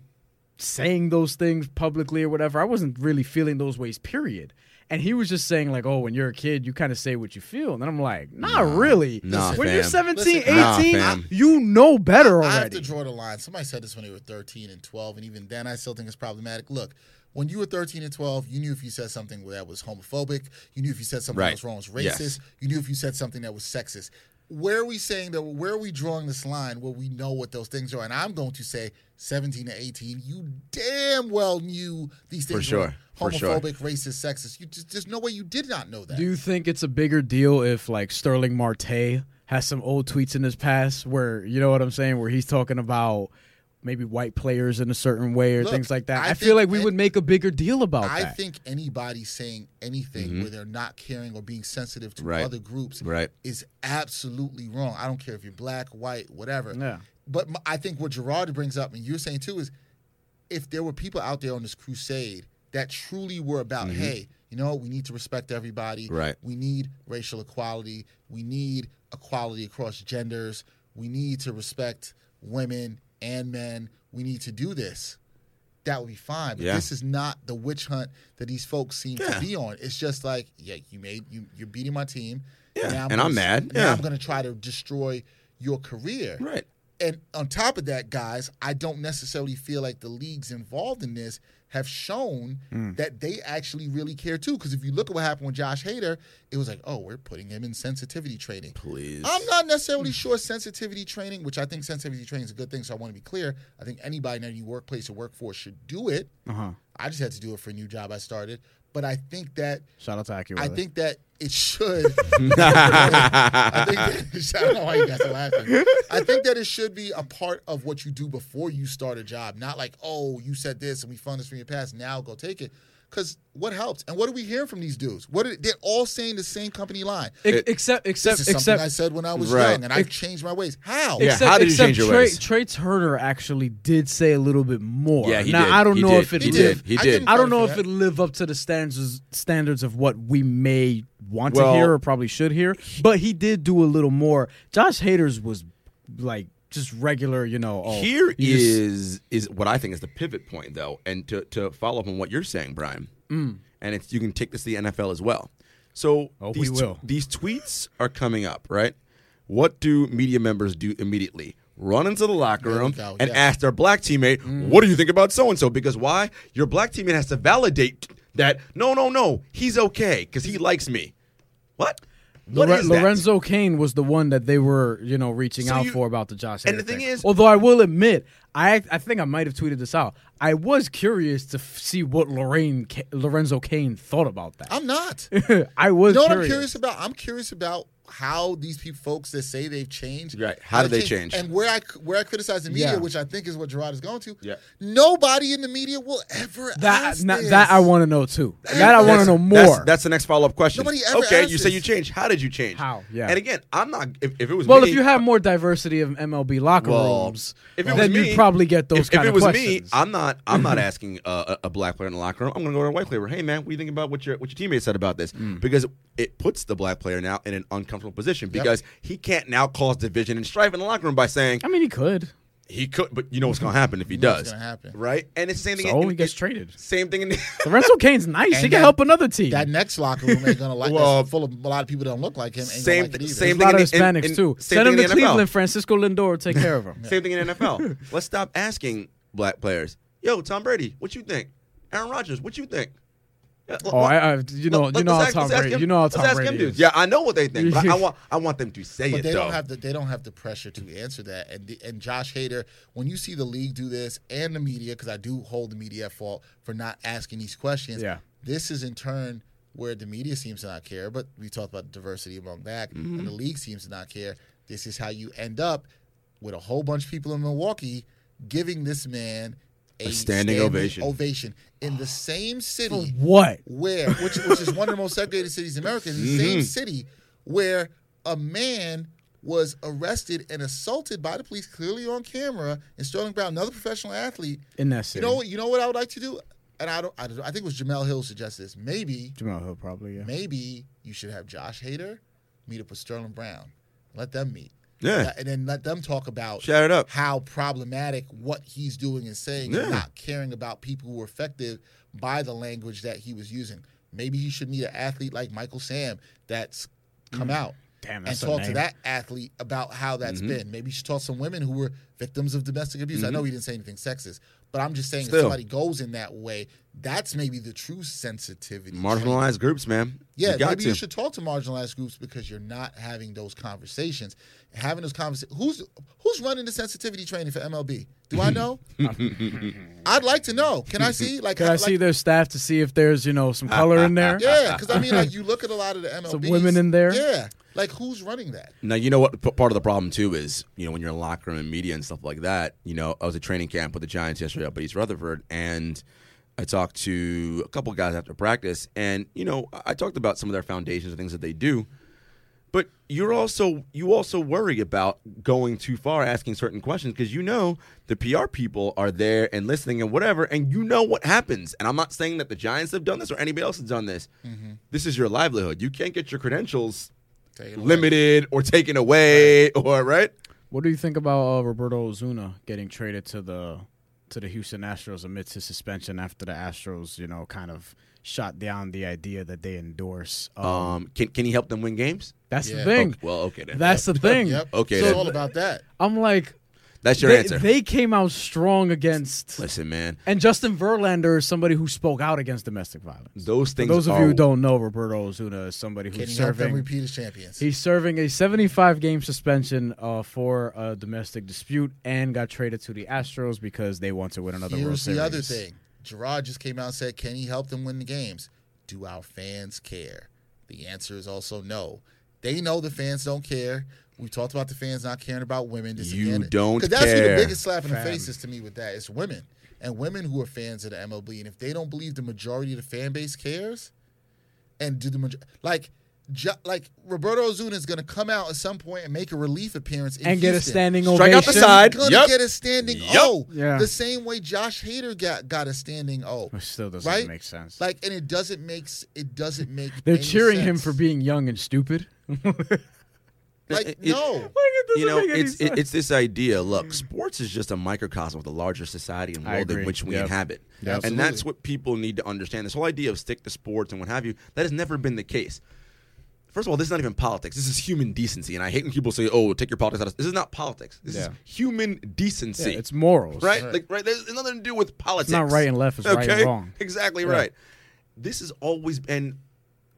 C: saying those things publicly or whatever i wasn't really feeling those ways period and he was just saying like oh when you're a kid you kind of say what you feel and then i'm like not really
D: Nah,
C: when you're
D: fam.
C: 17
B: Listen,
C: 18
D: nah, fam.
C: you know better already
B: I have to draw the line. Somebody said this when they were 13 and 12, and even then, I still think it's problematic. Look, when you were 13 and 12, you knew if you said something that was homophobic, you knew if you said something
D: Right.
B: that was wrong, was
D: Yes.
B: racist, you knew if you said something that was sexist. Where are we saying that? Where are we drawing this line where we know what those things are? And I'm going to say 17 to 18, you damn well knew these things
D: sure.
B: were
D: For sure.
B: homophobic, racist, sexist. You just, there's no way you did not know that.
C: Do you think it's a bigger deal if like Sterling Marte has some old tweets in his past where you know what I'm saying, where he's talking about maybe white players in a certain way or
B: Look,
C: things like that?
B: I
C: I, feel
B: think
C: like we
B: it-
C: would make a bigger deal about
B: I
C: that.
B: think anybody saying anything where they're not caring or being sensitive to
D: Right.
B: other groups
D: Right.
B: is absolutely wrong. I don't care if you're black, white, whatever.
C: Yeah.
B: But m- I think what Gerard brings up and you're saying too is if there were people out there on this crusade that truly were about, hey, you know, we need to respect everybody.
D: Right.
B: We need racial equality. We need equality across genders. We need to respect women and men. We need to do this. That would be fine. But
D: Yeah.
B: this is not the witch hunt that these folks seem
D: Yeah.
B: to be on. It's just like, yeah, you made you you're beating my team.
D: Yeah,
B: Now
D: and
B: gonna-
D: I'm mad.
B: Now
D: Yeah.
B: I'm gonna try to destroy your career.
D: Right.
B: And on top of that, guys, I don't necessarily feel like the leagues involved in this have shown that they actually really care too. Because if you look at what happened with Josh Hader, it was like, oh, we're putting him in sensitivity training.
D: Please.
B: I'm not necessarily sure sensitivity training, which I think sensitivity training is a good thing. So I want to be clear. I think anybody in any workplace or workforce should do it. I just had to do it for a new job I started. But I think that
C: Shout out to AccuWeather.
B: I think that it
D: [LAUGHS]
B: should. [LAUGHS] I, think that, [LAUGHS] I don't know why you guys are laughing. I think that it should be a part of what you do before you start a job, not like, oh, you said this and we found this from your past. Now go take it. Because what helps? And what are we hearing from these dudes? What are, they're all saying the same company line.
C: Ex- except
B: This
C: except
B: is something
C: except
B: I said when I was
D: Right.
B: young, and I've changed my ways. How?
D: Yeah,
C: Except,
D: how did you
C: except
D: change your
C: Trey,
D: ways?
C: Trey Turner actually did say a little bit more.
D: Yeah, he
C: now
D: did.
C: I don't
D: He
C: know
D: did.
C: if it
D: He
C: live-
D: did. He
B: I
D: did.
B: give him
C: I don't
B: credit
C: know
B: for
C: if it
B: that.
C: live up to the standards standards of what we may want
D: Well-
C: to hear or probably should hear, but he did do a little more. Josh Hader's was like just regular, you know. Oh,
D: Here
C: you just-
D: is is what I think is the pivot point, though, and to, to follow up on what you're saying, Brian, and it's, you can take this to the NFL as well. So
C: Mm. Oh, we
D: these, t-
C: will.
D: these tweets are coming up, right? What do media members do immediately? Run into the locker room
B: go,
D: and
B: yeah.
D: ask their black teammate,
C: Mm.
D: "What do you think about so and so?" Because why? Your black teammate has to validate that. No, no, no, he's okay because he likes me. What? What
C: Lore-
D: is that?
C: Lorenzo Kane was the one that they were, you know, reaching
D: So
C: out
D: you-
C: for about the Josh.
D: and the
C: Hader
D: thing is-
C: although I will admit, I I think I might have tweeted this out. I was curious to f- see what Lorraine Ca- Lorenzo Kane thought about that.
B: I'm
C: [LAUGHS]
B: not.
C: I was.
B: You know what
C: curious.
B: I'm curious about? I'm curious about how these people, folks that say they've changed,
D: Right. How do they
B: they've
D: change?
B: And where I where I criticize the media,
C: Yeah.
B: which I think is what Gerard is going to.
D: Yeah.
B: Nobody in the media will ever
C: That
B: ask
C: not,
B: this.
C: that I want to know too. That I want to
D: That's-
C: know more.
D: That's, that's the next follow up question.
B: Nobody ever
D: okay,
B: asked
D: you say you
B: this.
D: changed. How did you change?
C: How? Yeah.
D: And again, I'm not. If, if it was
C: well,
D: me,
C: if you have more diversity of MLB locker
D: Well,
C: rooms,
D: if it was
C: then
D: me-
C: you'd probably get those
D: if,
C: kind
D: if it
C: of
D: was me,
C: questions.
D: I'm not.
C: [LAUGHS]
D: I'm not asking uh, a, a black player in the locker room. I'm going to go to a white player. Hey, man, what do you think about what your what your teammate said about this?
C: Hmm.
D: Because it puts the black player now in an uncomfortable position because he can't now cause division and strife in the locker room by saying
C: I mean, he could.
D: he could. But you know what's going to happen if he does.
B: gonna happen.
D: right? And it's the same thing.
C: So
D: in-
C: he gets
D: in-
C: traded.
D: Same
C: [LAUGHS]
D: thing in. The, [LAUGHS]
C: Lorenzo Kane's nice. he
B: And
C: can
B: that-
C: help another team.
B: That next locker room ain't gonna like.
D: Well,
B: that's full of a lot of people that don't look like him. Ain't
D: same
B: gonna like it
D: thi-
B: either.
D: same
C: a lot of
D: in- in-
C: Hispanics
D: in-
C: too.
D: same
C: Send him
D: thing
C: to
D: in the NFL.
C: Cleveland. Francisco Lindor will take care of
D: [LAUGHS]
C: him.
D: Same thing
C: [LAUGHS]
D: in NFL. Let's stop asking black players. Yo, Tom Brady, what you think? Aaron Rodgers, what you think?
C: Oh, I, I, you know, you know how Tom Brady. you know how Tom
D: let's ask
C: Brady.
D: him dudes.
C: is.
D: Yeah, I know what they
C: [LAUGHS]
D: think. but I want, I want them to say
B: But
D: it
B: they
D: though.
B: don't have the they don't have the pressure to answer that. And the, and Josh Hader, when you see the league do this and the media, because I do hold the media at fault for not asking these questions.
C: Yeah.
B: This is in turn where the media seems to not care, but we talked about diversity among that,
D: Mm-hmm.
B: and the league seems to not care. This is how you end up with a whole bunch of people in Milwaukee giving this man a,
D: standing ovation.
B: ovation in the same city
C: What?
B: where which which is one of the most segregated cities in America, in the
C: Mm-hmm.
B: same city where a man was arrested and assaulted by the police, clearly on camera, and Sterling Brown, another professional athlete.
C: In that
B: You
C: city.
B: know what? You know what I would like to do, and I don't. I, don't, I think it was Jamel Hill suggested this. Maybe,
C: Jamal Hill probably. Yeah.
B: maybe you should have Josh Hader meet up with Sterling Brown, let them meet.
D: Yeah.
B: Let- and then let them talk about
D: Shout it up.
B: how problematic what he's doing and saying,
D: Yeah.
B: and not caring about people who were affected by the language that he was using. Maybe he should meet an athlete like Michael Sam that's come out
C: Mm. Damn,
B: and
C: that's a
B: talk to
C: name.
B: that athlete about how
D: Mm-hmm.
B: that's been. Maybe you should talk to some women who were victims of domestic abuse. I know he didn't say anything sexist, but I'm just saying
D: Still.
B: if somebody goes in that way, that's maybe the true sensitivity.
D: Marginalized groups, man.
B: Yeah,
D: you got
B: maybe
D: to.
B: you should talk to marginalized groups because you're not having those conversations. Having those conversations. Who's who's running the sensitivity training for MLB? Do I
D: [LAUGHS]
B: know? I'd like to know. Can I see? Like,
C: Can I
B: like-
C: see their staff to see if there's you know
D: [LAUGHS]
C: some color in there?
B: Yeah, because I mean, like, you look at a lot of the MLB.
C: Some women in there?
B: Yeah, like who's running that?
D: Now you know what p- part of the problem too is you know when you're in locker room and media and stuff like that. You know I was at training camp with the Giants yesterday up at East Rutherford, and I talked to a couple guys after practice, and you know I- I talked about some of their foundations and things that they do. But you're also you also worry about going too far asking certain questions because you know the PR people are there and listening and whatever, and you know what happens. And I'm not saying that the Giants have done this or anybody else has done this. This is your livelihood. You can't get your credentials
B: Taken away.
D: limited or taken away or right.
C: What do you think about uh, Roberto Ozuna getting traded to the to the Houston Astros amidst his suspension after the Astros, you know, kind of shot down the idea that they endorse? Um,
D: Um, can can he help them win games?
C: that's
B: yeah.
C: the thing.
D: Okay, well, okay then.
C: That's the thing.
B: Yep.
D: Okay,
B: it's
D: then.
B: all about that.
C: I'm like,
D: That's your
C: they,
D: answer.
C: they came out strong against,
D: Listen, man,
C: and Justin Verlander is somebody who spoke out against domestic violence.
D: those
C: For
D: things.
C: those of
D: are,
C: you who don't know, Roberto Ozuna is somebody
B: Can
C: who's
B: he help them
C: serving
B: repeat as champions?
C: He's serving a 75 game suspension uh, for a domestic dispute and got traded to the Astros because they want to win another World
B: Here's
C: Series.
B: the other thing. Gerard just came out and said, "Can he help them win the games? Do our fans care?" The answer is also no. They know the fans don't care. We talked about the fans not caring about women. This
D: You
B: again-
D: don't
B: that's who the
D: care.
B: biggest slap in the face is to me with that. It's women and women who are fans of the MLB. And if they don't believe the majority of the fan base cares, and do the major- like. Ju- like Roberto Ozuna is going to come out at some point and make a relief appearance in
C: And get a
B: Houston.
C: standing
D: Strike
C: ovation.
D: out the side.
B: He's gonna
D: Yep.
B: get a standing
D: Yep.
B: O.
C: Yeah.
B: The same way Josh Hader got got a standing O.
C: Which still doesn't
B: right?
C: make sense.
B: Like, and it doesn't make s- it doesn't make.
C: They're
B: any
C: cheering him
B: sense.
C: for being young and stupid.
B: like
D: It- it-
B: no.
D: you know, it's it, it's this idea. Look, sports is just a microcosm of the larger society and
C: I
D: world in
C: agree.
D: which we
C: Yep.
D: inhabit,
B: Yeah,
D: and that's
B: absolutely.
D: what people need to understand. This whole idea of stick to sports and what have you that has never been the case. First of all, this is not even politics. This is human decency, and I hate when people say, "Oh, take your politics out." of This is not politics. This is
C: Yeah.
D: human decency.
C: it's morals.
D: right? Like, right? There's there's nothing to do with politics.
C: right and left, it's right and wrong.
D: [LAUGHS] Exactly right. This has always been.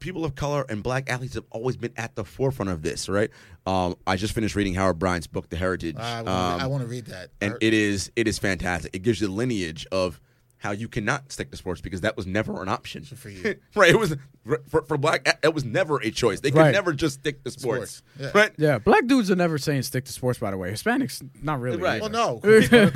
D: People of color and black athletes have always been at the forefront of this, right? Um, I just finished reading Howard Bryant's book, The Heritage,
B: I,
D: um,
B: want to read that.
D: and it is it is fantastic. It gives you the lineage of how you cannot stick to sports because that was never an option
B: for you.
D: [LAUGHS] right? It was for, for black. It was never a choice. They could
C: Right.
D: never just stick to
B: Sports,
D: sports,
B: yeah.
D: right?
C: Yeah, black dudes are never saying stick to sports. By the way, Hispanics not really.
D: Right.
C: either.
B: well,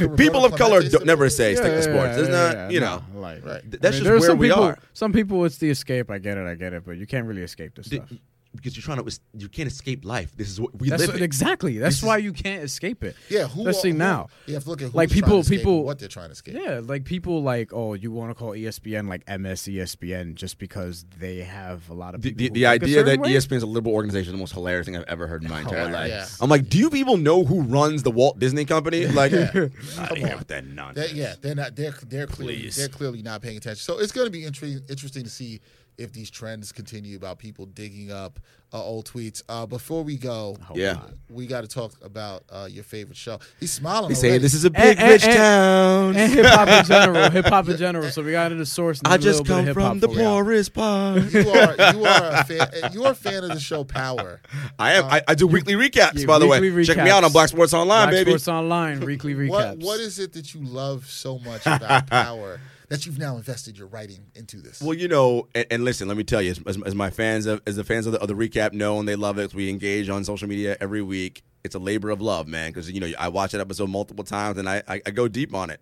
B: no.
D: [LAUGHS] People of color don't, never say
C: Yeah,
D: stick
C: yeah,
D: to sports. There's
C: yeah,
D: not,
C: yeah,
D: you
C: no,
D: know,
C: like
B: Right.
D: th- that's
C: I mean,
D: just
C: there
D: where
C: some
D: we
C: people,
D: are.
C: Some people, it's the escape. I get it. I get it. But you can't really escape this stuff.
D: because you're trying to es- you can't escape life. This is what we
C: That's
D: live.
C: what-
D: in.
C: exactly. That's why you can't escape it.
B: Yeah, who
C: Let's see
B: who-
C: now.
B: You have to look at who's trying
C: like
B: to
C: people,
B: escape and
C: people,
B: what they're trying to escape.
C: Yeah, like people like, oh, you want to call ESPN like E MS ESPN just because they have a lot of
D: The,
C: people
D: the,
C: who
D: the
C: think a
D: idea that E
C: certain way?
D: ESPN is a liberal organization is the most hilarious thing I've ever heard
C: [LAUGHS]
D: in my entire life.
B: Hilarious.
D: I'm like, do you people know who runs the Walt Disney Company? Like, [LAUGHS] out of here with that
B: They-
D: nonsense.
B: yeah, they're not. They're they're clearly
D: Please.
B: they're clearly not paying attention. So it's going to be intre- interesting to see if these trends continue about people digging up uh, old tweets. Uh, before we go,
D: Yeah.
B: we got to talk about uh, your favorite show. He's smiling.
D: They say
B: already.
D: this is a
C: And-
D: big
C: and-
D: rich
C: and-
D: town.
C: and hip hop
D: [LAUGHS]
C: in general, hip hop in general. So we got into the source. And
D: I
C: then a
D: just
C: little bit
D: come
C: of
D: from
C: hip-hop
D: the
C: for y'all. [LAUGHS]
D: poorest part.
B: [LAUGHS] you
D: [LAUGHS]
B: are you are a fan. You're a fan of the show Power.
D: I am. I, I do weekly recaps,
C: yeah,
D: by the way.
C: weekly
D: Check me out
C: recaps.
D: on Black Sports Online,
C: Black
D: baby.
C: Sports
D: [LAUGHS]
C: Online weekly recaps.
B: What what is it that you love so much
D: [LAUGHS]
B: about Power that you've now invested your writing into this?
D: Well, you know, and, and listen, let me tell you, as, as, as my fans of as the fans of the, of the recap know, and they love it. We engage on social media every week. It's a labor of love, man, because you know I watch that episode multiple times, and I I, I go deep on it.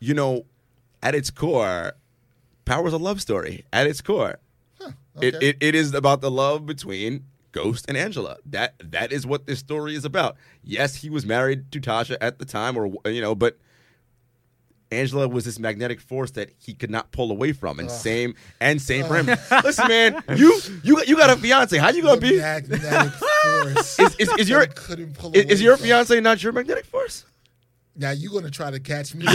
D: You know, at its core, Power's a love story. At its core, it,
B: okay.
D: it it is about the love between. Ghost and Angela. That that is what this story is about. Yes, he was married to Tasha at the time, or you know, but Angela was this magnetic force that he could not pull away from, and same and same for him. [LAUGHS] Listen, man, you you you got a fiance. How you gonna
B: the
D: be? [LAUGHS]
B: magnetic force.
D: Is, is, is your
B: that couldn't pull
D: is, is
B: away
D: your
B: from.
D: fiance not your magnetic force?
B: Now you're gonna try to catch me. [LAUGHS]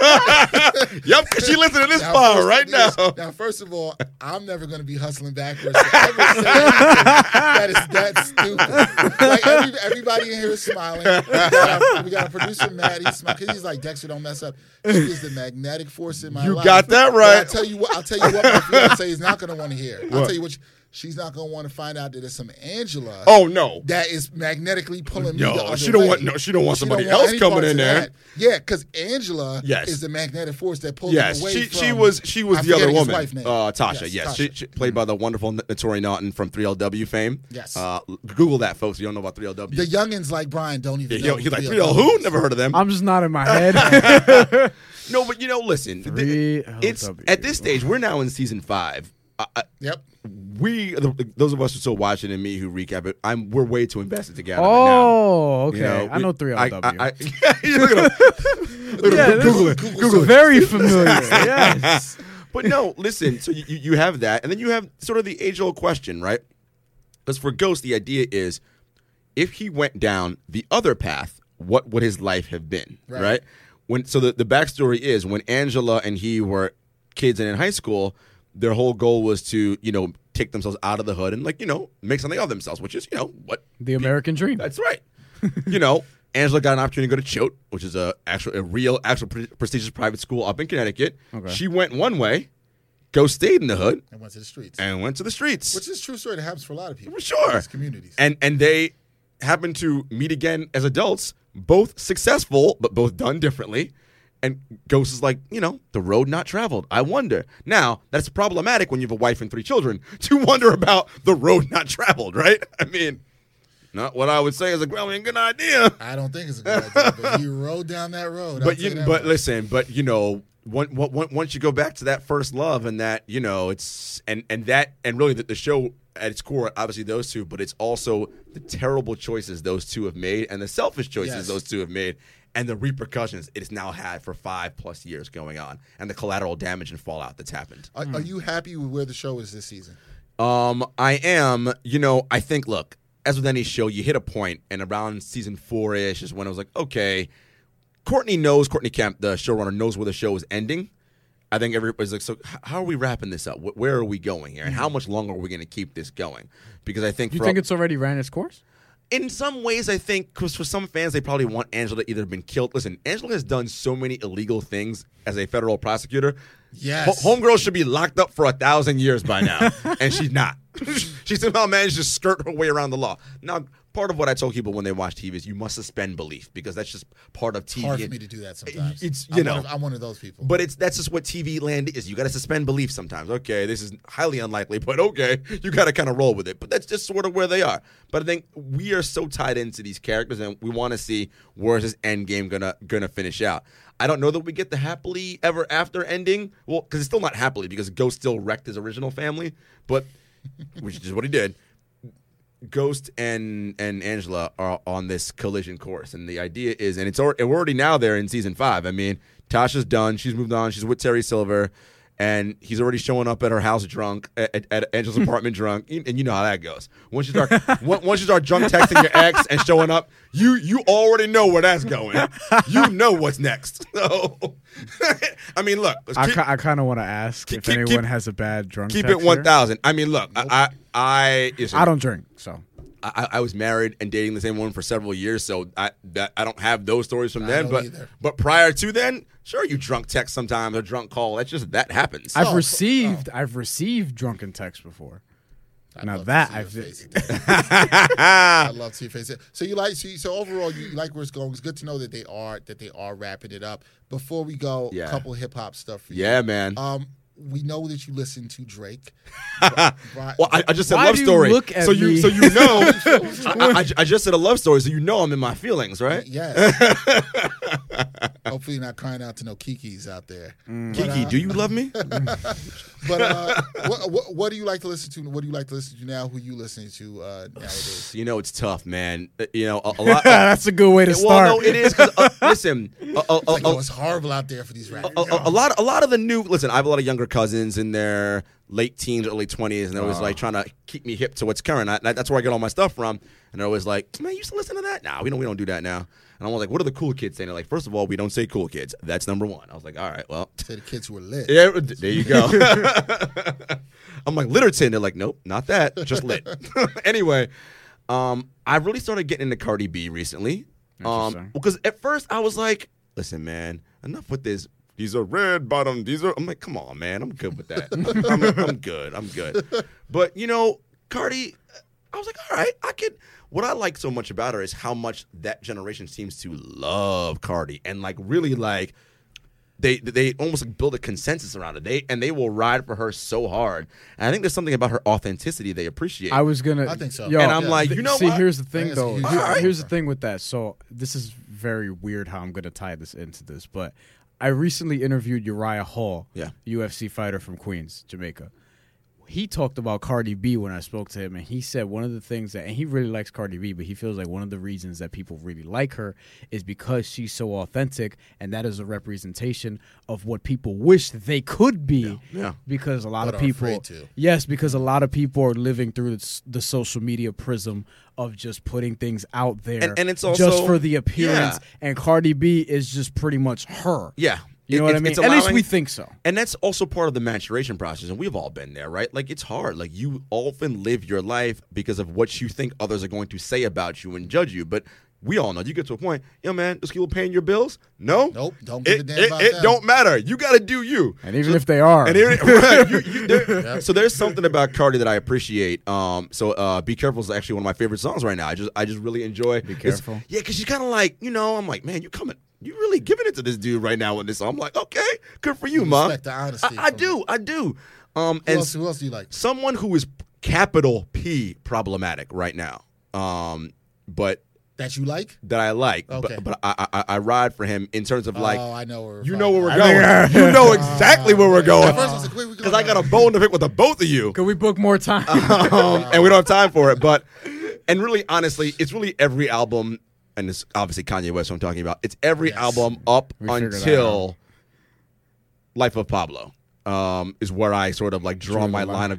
D: Yep, because [LAUGHS] she listening to this
B: Now,
D: file
B: first
D: right
B: thing is-
D: now.
B: Now, first of all, I'm never going to be hustling backwards. to ever say anything that is that stupid. Like every, everybody in here is smiling. We got our, we got our producer Matt. He's smiling. He's like Dexter, don't mess up. She is the magnetic force in my
D: You
B: life.
D: got that
B: But I'll
D: right.
B: tell you what. I'll tell you what. My fiance is not going to want to hear. I'll tell you what. she- She's not going to want to find out that there's some Angela.
D: Oh no,
B: That is magnetically pulling me.
D: No,
B: the other
D: she don't
B: way.
D: want- no, she don't want somebody else
B: any
D: coming
B: parts
D: in
B: of
D: there.
B: that. Yeah, because Angela
D: Yes.
B: is the magnetic force that pulls
D: yes,
B: him away
D: she
B: from.
D: she was she was
B: I'm
D: the other
B: forgetting his
D: woman,
B: wife name.
D: Uh, Tasha. Yes, She, she played by the wonderful N- Tori Naughton from 3LW fame.
B: Yes.
D: uh, Google that, folks. If you don't know about 3LW.
B: the youngins like Brian don't even.
D: He-
B: know
D: he's like
B: the
D: 3L
B: other
D: who?
B: ones.
D: Never heard of them.
C: I'm just nodding my [LAUGHS] head.
D: No, but you know, listen, th-
C: 3LW.
D: it's at this stage we're now in season five. I, I,
B: Yep.
D: we, the, those of us who still watch it, and me who recap it, I'm we're way too invested together.
C: oh, okay.
D: now. You
C: I know
D: we-
C: three
D: I-
C: LW.
D: I- [LAUGHS] I- look at him. Look at him.
C: this
D: Google
C: is-
D: it.
C: Google
D: [LAUGHS]
C: very familiar. yes.
D: But no, listen. So you, you you have that, and then you have sort of the age old question, right? Because for Ghost, the idea is if he went down the other path, what would his life have been, right?
B: Right.
D: When so the, the backstory is when Angela and he were kids and in high school, their whole goal was to you know take themselves out of the hood and like you know make something of themselves, which is you know what
C: The American Dream.
D: that's right. you know, [LAUGHS] Angela got an opportunity to go to Choate, which is a actual a real actual pre- prestigious private school up in Connecticut. She went one way, go stayed in the hood,
B: And went to the streets,
D: and went to the streets.
B: which is a true story that happens for a lot of people.
D: for sure.
B: in these communities.
D: And and they happened to meet again as adults, both successful, but both done differently. And Ghost is like, you know, the road not traveled. I wonder. Now, that's problematic when you have a wife and three children [LAUGHS] to wonder about the road not traveled, right? [LAUGHS] I mean, not what I would say is a well, I mean, good idea.
B: I don't think it's a good idea, but
D: [LAUGHS]
B: you rode down that road. I'll
D: But
B: tell
D: you,
B: that
D: but
B: much.
D: listen, but you know, one, one, one, once you go back to that first love and that, you know, it's and and that and really the, the show at its core, obviously those two, but it's also the terrible choices those two have made and the selfish choices
B: Yes.
D: those two have made and the repercussions it has now had for five plus years going on and the collateral damage and fallout that's happened.
B: Are, are you happy with where the show is this season?
D: Um, I am. You know, I think. Look, as with any show, you hit a point, and around season four ish is when I was like, okay, Courtney knows. Courtney Camp, the showrunner, knows where the show is ending. I think everybody's like, so h- how are we wrapping this up? Wh- Where are we going here, and how much longer are we going to keep this going? Because I think
C: Mm-hmm. You
D: for-
C: think it's already ran its course?
D: in some ways, I think because for some fans, they probably want Angela to either been killed. Listen, Angela has done so many illegal things as a federal prosecutor.
B: Yes.
D: Ho- homegirl should be locked up for a thousand years
B: [LAUGHS]
D: by now, and she's not. [LAUGHS] she somehow managed to skirt her way around the law. Now, part of what I told people when they watch TV is you must suspend belief because that's just part of TV.
B: Hard for me to do that sometimes.
D: It's
B: I'm
D: you
B: one
D: know
B: of- I'm one of those people.
D: but it's that's just what TV land is. You got to suspend belief sometimes. Okay, this is highly unlikely, but okay, you got to kind of roll with it. But that's just sort of where they are. But I think we are so tied into these characters, and we want to see where is this end game gonna gonna finish out. I don't know that we get the happily ever after ending. Well, because it's still not happily because Ghost still wrecked his original family, but which is what he did. Ghost and and Angela are on this collision course, and the idea is, and it's already, we're already now there in season five. I mean, Tasha's done; she's moved on. She's with Terry Silver, and he's already showing up at her house drunk, at, at Angela's
C: [LAUGHS]
D: apartment drunk, and you know how that goes. Once you start, on- once you start drunk texting your ex and showing up, you you already know where that's going. You know what's next. [LAUGHS] So, I mean, look, let's
C: I,
D: keep-
C: ki- I kind of want to ask
D: keep-
C: if
D: keep-
C: anyone
D: keep-
C: has a bad drunk.
D: keep it
C: text
D: one
C: here.
D: thousand. I mean, look, I I I, listen,
C: I don't drink, so
D: I, I was married and dating the same woman for several years, so I that, I don't have those stories from then.
G: don't
D: But
G: either.
D: but prior to then, sure, you drunk text sometimes or drunk call. That's just that happens.
C: I've received I've received drunken texts before. now
G: love to
C: that
G: see your
C: I've [LAUGHS]
G: face. I love to see your face. So you like so, you- so overall you like where it's going. It's good to know that they are that they are wrapping it up. Before we go,
D: Yeah.
G: a couple hip hop stuff for you.
D: yeah, man.
G: Um, we know that you listen to
D: [LAUGHS]
G: Drake. Bri-
D: well, I, I just said
C: Why
D: love
C: do you
D: story.
C: look at
D: so you
C: me?
D: so you
C: [LAUGHS]
D: know, I, I, I just said a love story, so you know I'm in my feelings, right? [LAUGHS]
G: yes. Hopefully, you're not crying out to no Kikis out there.
D: Mm.
G: uh,
D: Kiki, do you
G: [LAUGHS]
D: love me?
G: But uh, what, what what do you like to listen to? What do you like to listen to now? Who you listening to uh, nowadays?
D: you know it's tough, man. Uh, You know
G: [LAUGHS]
D: a, a lot.
C: That's a good way to start.
D: Well, no, it is. 'cause, uh, listen, a- a- a-
G: Like, yo,
D: a-
G: it's horrible out there for these rappers.
D: a, a- a lot a lot of the new listen i have a lot of younger cousins in their late teens early 20s and they're always like trying to keep me hip to what's current I, that- that's where i get all my stuff from and they're always like man you used to listen to that nah we don't we don't do that now and i'm like what are the cool kids saying they're like first of all we don't say cool kids that's number one i was like all right well
G: to the kids who are lit.
D: yeah, there you go [LAUGHS] i'm like litterton they're like nope not that just lit [LAUGHS] anyway um i really started getting into cardi b recently um
C: Interesting.
D: because at first I was like, listen, man, enough with this. These are red bottom. These are. I'm like, come on, man. I'm good with that. I'm, I'm good. I'm good. But you know, Cardi, I was like, all right, I could. What I like so much about her is how much that generation seems to love Cardi and like really like. They, they almost like build a consensus around it. They and they will ride for her so hard. And I think there's something about her authenticity they appreciate.
C: I was gonna.
G: I think so.
C: Yo,
D: And I'm like,
C: th-
D: you know
C: see,
D: what?
C: here's the
G: I
C: thing,
G: think it's a
C: though.
G: huge
C: Here-
G: problem
C: Here's
G: for
C: the thing with that. So this is very weird how I'm gonna tie this into this, but I recently interviewed Uriah Hall,
D: Yeah.
C: UFC fighter from Queens, Jamaica. He talked about Cardi B when I spoke to him, and he said one of the things that, and he really likes Cardi B, but he feels like one of the reasons that people really like her is because she's so authentic, and that is a representation of what people wish they could be.
D: yeah.
C: Because a lot
G: But
C: of
G: are
C: people,
G: afraid to.
C: Yes, because a lot of people are living through the s- the social media prism of just putting things out there,
D: And- and it's
C: just
D: also-
C: for the appearance.
D: yeah.
C: And Cardi B is just pretty much her.
D: Yeah.
C: you know what
D: It-
C: I
D: it's-
C: mean.
D: it's
C: At least
D: allowing-
C: we think so.
D: And that's also part of the maturation process. And we've all been there, right? Like, it's hard. Like, you often live your life because of what you think others are going to say about you and judge you. But we all know you get to a point, yo, man, this people paying your bills? No.
G: Nope, don't give
D: it,
G: a damn
D: it,
G: about
D: it
G: them.
D: don't matter. You got to do you.
C: And even if they are,
D: And here, right, you-
G: [LAUGHS]
D: you- there- so there's something about Cardi that I appreciate. Um, so uh, "Be Careful" is actually one of my favorite songs right now. I just I just really enjoy. Be
C: Careful.
D: yeah, because she's kind of like you know I'm like man, you coming, you really giving it to this dude right now with this. song. I'm like okay, good for you, mom.
G: respect the honesty
D: I, I
G: from
D: do, I do. Um,
G: Who
D: and
G: else, who else do you like?
D: someone who is capital P problematic right now. Um, but
G: That you like?
D: that I like,
G: Okay.
D: but, but I, I I ride for him in terms of like
G: oh, I know where
D: you know where we're
G: I think-
C: [LAUGHS]
D: going. You know exactly where we're going.
G: At first I was like, where we
D: Because
G: going?
D: I got a bone to pick with the both of you.
C: could we book more time?
D: Um, and we don't have time for it. But, and really, honestly, it's really every album, and it's obviously Kanye West who I'm talking about. It's every album up
C: We figured that
D: until Life of Pablo um, is where I sort of like draw my line of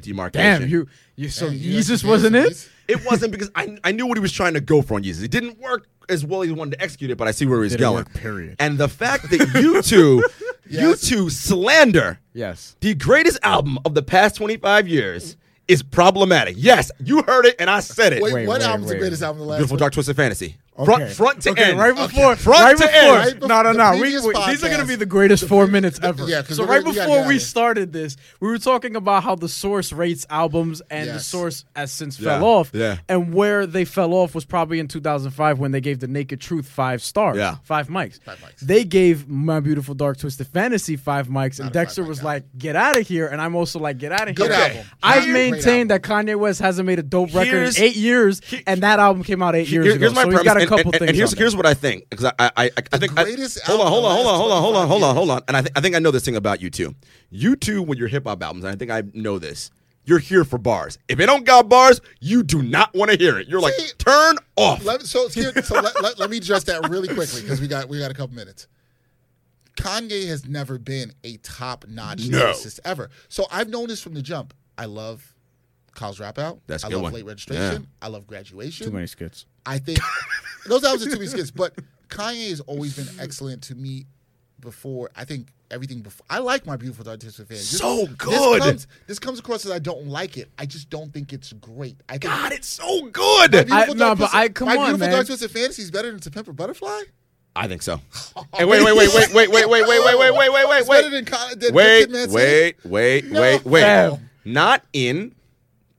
C: [LAUGHS]
D: demarcation.
C: Damn you! You so
G: Damn, you
C: Jesus
G: actually
C: wasn't
G: did
C: it?
G: some-
D: It wasn't because I, I knew what he was trying to go for on Yeezus. It didn't work as well as he wanted to execute it, but I see where he's
C: Didn't
D: going.
C: work, period.
D: And the fact that you
C: [LAUGHS]
D: two, you
G: Yes.
D: two slander
C: Yes.
D: the greatest album of the past 25 years is problematic. Yes, you heard it and I said it.
G: Wait,
C: Wait,
G: what
C: wait,
G: album's
C: wait.
G: the greatest album of the last?
D: Beautiful
G: one?
D: Dark Twisted Fantasy. Front,
C: Okay.
D: front to
C: Okay,
D: end.
C: right before,
D: Front
C: right
D: to
C: before,
D: end.
G: Right before-
C: no, no, no.
G: the
C: We,
G: previous
C: we- these are going to
G: podcast.
C: be the
G: [LAUGHS]
C: greatest four minutes
G: the-
C: ever.
G: yeah, 'cause
C: so
G: we're
C: right
G: gonna- we gotta
C: before
G: get outta
C: we
G: here.
C: started this, we were talking about how the source rates albums and the
G: Yes.
C: source has since
D: Yeah,
C: fell off.
D: yeah.
C: And where they fell off was probably in 2005 when they gave The Naked Truth five stars.
D: Yeah.
C: Five mics.
G: Five mics.
C: They gave My Beautiful Dark Twisted Fantasy five mics, and
G: Not a five
C: Dexter
G: mic
C: was
G: album.
C: like, "Get out of here!" And I'm also like, "Get out of here."
G: Good
D: Okay.
G: album.
C: I've
G: Great album.
C: maintained that Kanye West hasn't made a dope record
D: Here's-
C: in eight years, and that album came out eight years
D: Here-
C: ago. so he's got a
D: and-
C: couple
D: and, and,
C: things.
D: here's,
C: on there.
D: here's what I think because I I, I, I think I-
G: greatest
D: hold on
G: album
D: hold on
G: of the
D: hold on
G: last
D: hold on hold on hold on
G: 25
D: hold on and I think I think I know this thing about you too. You two with your hip hop albums and I think I know this. you're here for bars. If it don't got bars, you do not want to hear it. You're like,
B: See?
D: turn off.
B: Let, so here- so let, let, let me address that really quickly because we got we got a couple minutes. Kanye has never been a top notch
D: No.
B: lyricist ever. So I've known this from the jump. I love Kyle's rap out.
D: That's a
B: I
D: good
B: love
D: one.
B: late registration. I love graduation.
C: Too many skits.
B: I
C: [LAUGHS]
B: think those albums are too many skits, but Kanye has always been excellent to me before. I think everything before. I like My Beautiful Dark Twisted Fan.
D: So good.
B: This comes, this comes across as I don't like it. I just don't think it's great. I think
D: God, it's so good.
B: My Beautiful
C: I-
B: Dark
C: nah, but
B: Twisted-
C: I- come
B: My
C: on,
B: Beautiful
C: man.
B: Dark Twisted Fantasy is better than To Pimp a Butterfly?
D: I
B: [LAUGHS]
D: think so. And wait, wait, wait, wait, wait, wait, wait, wait, wait, wait, wait, wait,
B: It's
D: wait.
B: better than Con- than
D: wait,
B: Kidman City.
D: wait, wait,
B: No.
D: wait, wait.
B: Fam.
D: Not in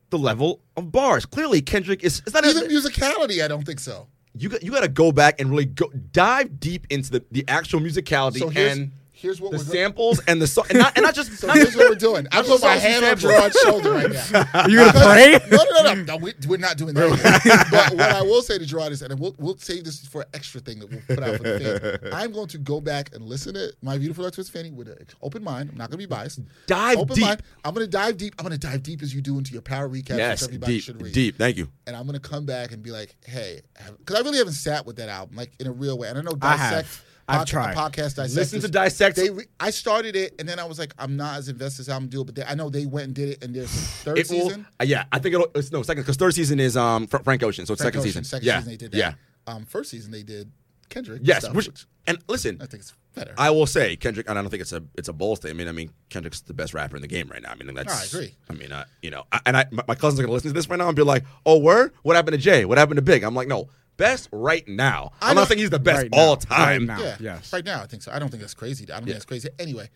D: the level of bars. Clearly, Kendrick is. It's not
B: Even
D: even.
B: musicality, I don't think so.
D: you got, you got to go back and really go dive deep into the, the actual musicality
B: So here's-
D: and
B: here's what
D: the
B: we're go-
D: samples and the song and not and not just
B: [LAUGHS] So
D: not
B: here's
D: just-
B: what we're doing. I put my
D: saucy
B: hand on
D: samples.
B: Gerard's shoulder right now.
C: [LAUGHS] Are you gonna
B: No, no, no, no. no we, we're not doing
C: [LAUGHS]
B: that. but what I will say to Gerard is, and we'll, we'll save this for an extra thing that we'll put out for the
C: [LAUGHS]
B: fans. I'm going to go back and listen to My Beautiful Dark Twisted Fanny with an open mind. I'm not going to be biased.
D: Dive
B: open
D: deep.
B: Mind. I'm going to dive deep. I'm going to dive deep as you do into your power recaps,
D: [LAUGHS] yes
B: which everybody
D: deep
B: should read.
D: deep. Thank you.
B: And I'm going to come back and be like, hey, because I really haven't sat with that album, like in a real way. And I know
C: I
B: Dissect.
C: have. I've tried.
B: Podcast Dissect.
D: Listen to
B: is-
D: Dissect.
B: They re- I started it, and then I was like, I'm not as invested as I'm doing, but they, I know they went and did it in
D: [SIGHS]
B: their third
D: It will,
B: season.
D: uh, yeah, I think it'll. It's, no, second because third season is um Fra- Frank Ocean, so it's
B: Frank
D: second
B: Ocean,
D: season.
B: Second
D: yeah,
B: season they did that.
D: yeah,
B: Um, first season they did Kendrick. and
D: yes.
B: stuff,
D: which,
B: which,
D: and listen,
B: I think it's better.
D: I will say Kendrick, and I don't think it's a it's a bold statement. I mean, Kendrick's the best rapper in the game right now. I mean, that's.
B: I agree.
D: I mean, uh, you know, I, and I my, my cousins are gonna listen to this right now and be like, "Oh, word, what happened to Jay? What happened to Big?" I'm like, "No, best right now." I'm
B: I
D: not
B: don't-
D: saying he's the best
C: Right now,
D: all
C: right
D: time.
C: now.
B: yeah,
C: yes.
B: right now I think so. I don't think that's crazy. I don't think that's crazy. Anyway,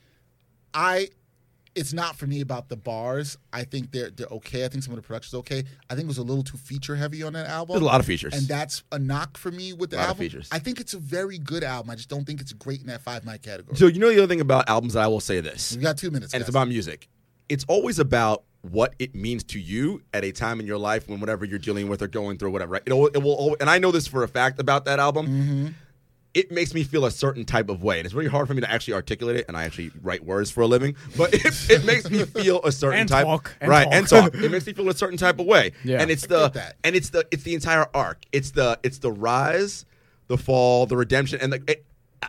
B: I it's not for me about the bars. I think they're they're okay. I think some of the production's okay. I think it was a little too feature heavy on that album.
D: There's a lot of features.
B: and that's a knock for me with the
D: Lot of
B: album.
D: features.
B: I think it's a very good album. I just don't think it's great in that five night category.
D: so you know the other thing about albums that I will say this,
B: We got two minutes,
D: and it's
B: guys.
D: about music. It's always about what it means to you at a time in your life when whatever you're dealing with or going through, whatever. Right? It, will, it will. Always, and I know this for a fact about that album.
C: Mm-hmm.
D: It makes me feel a certain type of way, and it's really hard for me to actually articulate it. And I actually write words for a living,
C: [LAUGHS]
D: but it, it makes me feel a certain
C: And
D: type,
C: talk, and
D: right?
C: talk.
D: And
C: [LAUGHS]
D: talk. It makes me feel a certain type of way,
C: Yeah.
D: and it's
B: I
D: the
B: get that.
D: and it's the it's the entire arc. It's the it's the rise, the fall, the redemption, and the. It,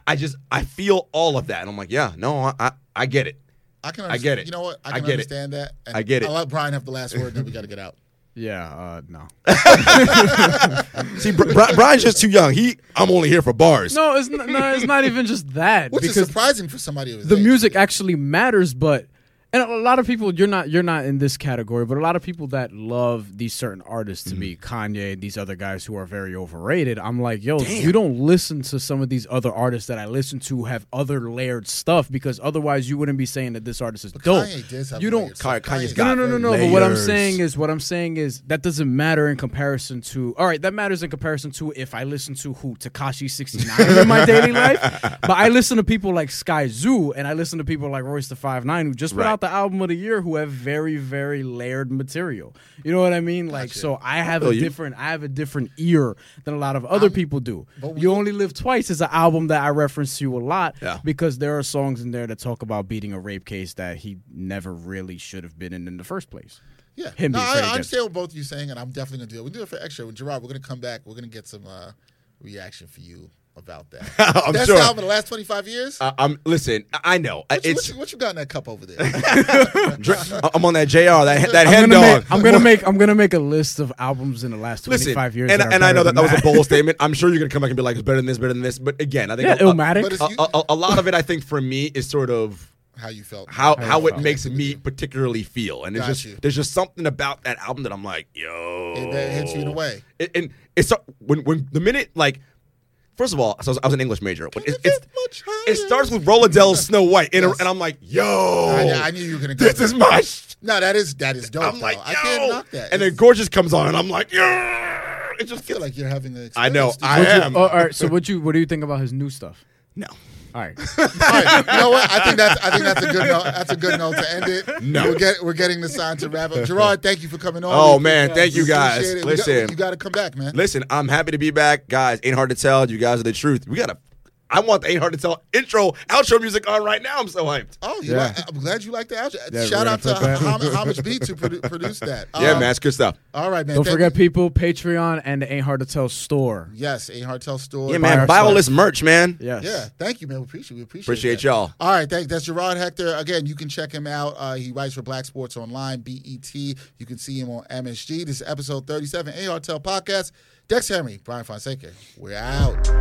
D: I just I feel all of that, and I'm like, yeah, no, I I, I get it.
B: I can.
D: I
B: Understand,
D: get it.
B: You know what? I
D: I
B: can
D: get it.
B: understand that. and
D: I get it.
B: I'll let Brian have the last word, then we got to
D: [LAUGHS]
B: get out.
C: Yeah. Uh, no.
D: See, Bri- Bri- Brian's just too young. He, I'm only here for bars.
C: No, it's not, no, it's not even just
D: [LAUGHS]
C: that.
B: Which is
C: because
B: surprising for somebody. who is
C: the
B: age.
C: music actually matters but and a lot of people you're not you're not in this category but a lot of people that love these certain artists to me
D: Mm-hmm.
C: kanye and these other guys who are very overrated i'm like yo you don't listen to some of these other artists that i listen to have other layered stuff because otherwise you wouldn't be saying that this artist is dope
B: Kanye does have
C: you
B: layered
C: don't
B: stuff.
D: Kanye's
B: Kanye's
D: got
C: no,
B: got
C: no, no,
B: very
C: no, no. But what I'm
D: layers.
C: saying is, what I'm saying is that doesn't matter in comparison to. All right, that matters in comparison to if I listen to who Takashi 69 in my daily life. But I listen to people like Sky Zoo, and I listen to people like Royce the Five Nine, who just put
D: Right.
C: out the album of the year, who have very, very layered material. You know what I mean? Like, so I have
D: feel
C: a
D: Oh, you.
C: different, I have a different ear than a lot of other people do.
B: we
C: You only live twice is an album that I reference to a lot
D: Yeah.
C: because there are songs in there that talk about beating a rape case that he never really should have been in in the first place.
B: Yeah,
C: Him
B: no, I,
C: being Freddie
B: I
C: Gibbs.
B: understand what both of you saying, and I'm definitely gonna do it. We'll do it for extra. When Gerard, we're gonna come back. We're gonna get some uh, reaction for you about that.
D: [LAUGHS] I'm
B: Best
D: sure.
B: album in the last 25 years.
D: I, I'm listen. I- I know I-
B: what, you, what,
D: it's.
B: you, what you got in that cup over there?
D: [LAUGHS] dr- uh, I'm on that Jr. That that
C: I'm
D: head
C: gonna,
D: dog.
C: make, I'm gonna make I'm gonna make a list of albums in the last 25 years.
D: and,
C: that are
D: and I
C: better
D: know that that
C: than
D: was a bold statement. I'm sure you're gonna come back and be like, it's better than this, better than this. [LAUGHS] But again, I think
C: Yeah,
D: a, a,
C: Illmatic.
B: But it's-
D: a- a- a lot of it, I think, for me, is sort of
B: how you felt?
D: how
C: How
D: how
C: it
D: it
C: felt.
D: makes me particularly feel, and it's
B: Got
D: just
B: you.
D: there's just something about that album that I'm like, yo,
B: It- that hits you in a way.
D: It- and it's so- when when the minute like. First of all, so I was, I was an English major. When
B: Can
D: it's-
B: you
D: it's-
B: get much higher?
D: it starts
B: [LAUGHS]
D: with Rolodel's Snow White, and,
B: Yes.
D: and I'm like, yo,
B: I, I knew you were gonna. Go
D: this
B: there.
D: is my. Sh-.
B: No, that is that is dope.
D: I'm like,
B: though.
D: yo,
B: I can't knock that.
D: and then
B: It's-
D: Gorgeous comes on, and I'm like, yeah, it just
B: I feel
D: gets like
B: like you're having an.
D: I know,
B: experience.
D: I
C: that.
D: am.
C: Oh, all right, so what you what do you think about his new stuff?
D: no,
C: All
D: [LAUGHS]
C: right,
B: All right, you know what? I think that's I think that's a good note. That's a good note to end it.
D: No.
B: we're, get, we're getting the sign to wrap up. Gerard, thank you for coming on.
D: Oh,
B: We-
D: man, thank
B: we
D: you guys.
B: appreciate it. We
D: Listen.
B: got, you got to come back, man.
D: listen, I'm happy to be back, guys. Ain't hard to tell. You guys are the truth. We got a I want the 800 Cell intro, outro music on right now. I'm so hyped.
B: Oh, you
C: Yeah.
B: like- I'm glad you like the outro.
C: Yeah,
B: Shout
C: we're
B: out to
C: gonna put that-
B: Hom- Homage Beat to produ- produce that.
D: [LAUGHS] Yeah,
B: Um,
D: man, it's good stuff.
B: All right, man.
C: Don't
B: Thank
C: forget,
B: you.
C: people, Patreon and the Ain't Hard to Tell store.
B: Yes, a Hartel store.
D: Yeah,
C: our
D: man, buy all
C: stuff.
D: this merch, man.
C: Yes.
B: Yeah, thank you, man. We appreciate we appreciate
D: Appreciate
B: that.
D: y'all.
B: All right, thank that's Gerard Hector. Again, you can check him out. Uh, he writes for Black Sports Online, BET. You can see him on MSG. This is episode 37, AR Tell Podcast. Dex Henry, Brian Fonseca. We're out.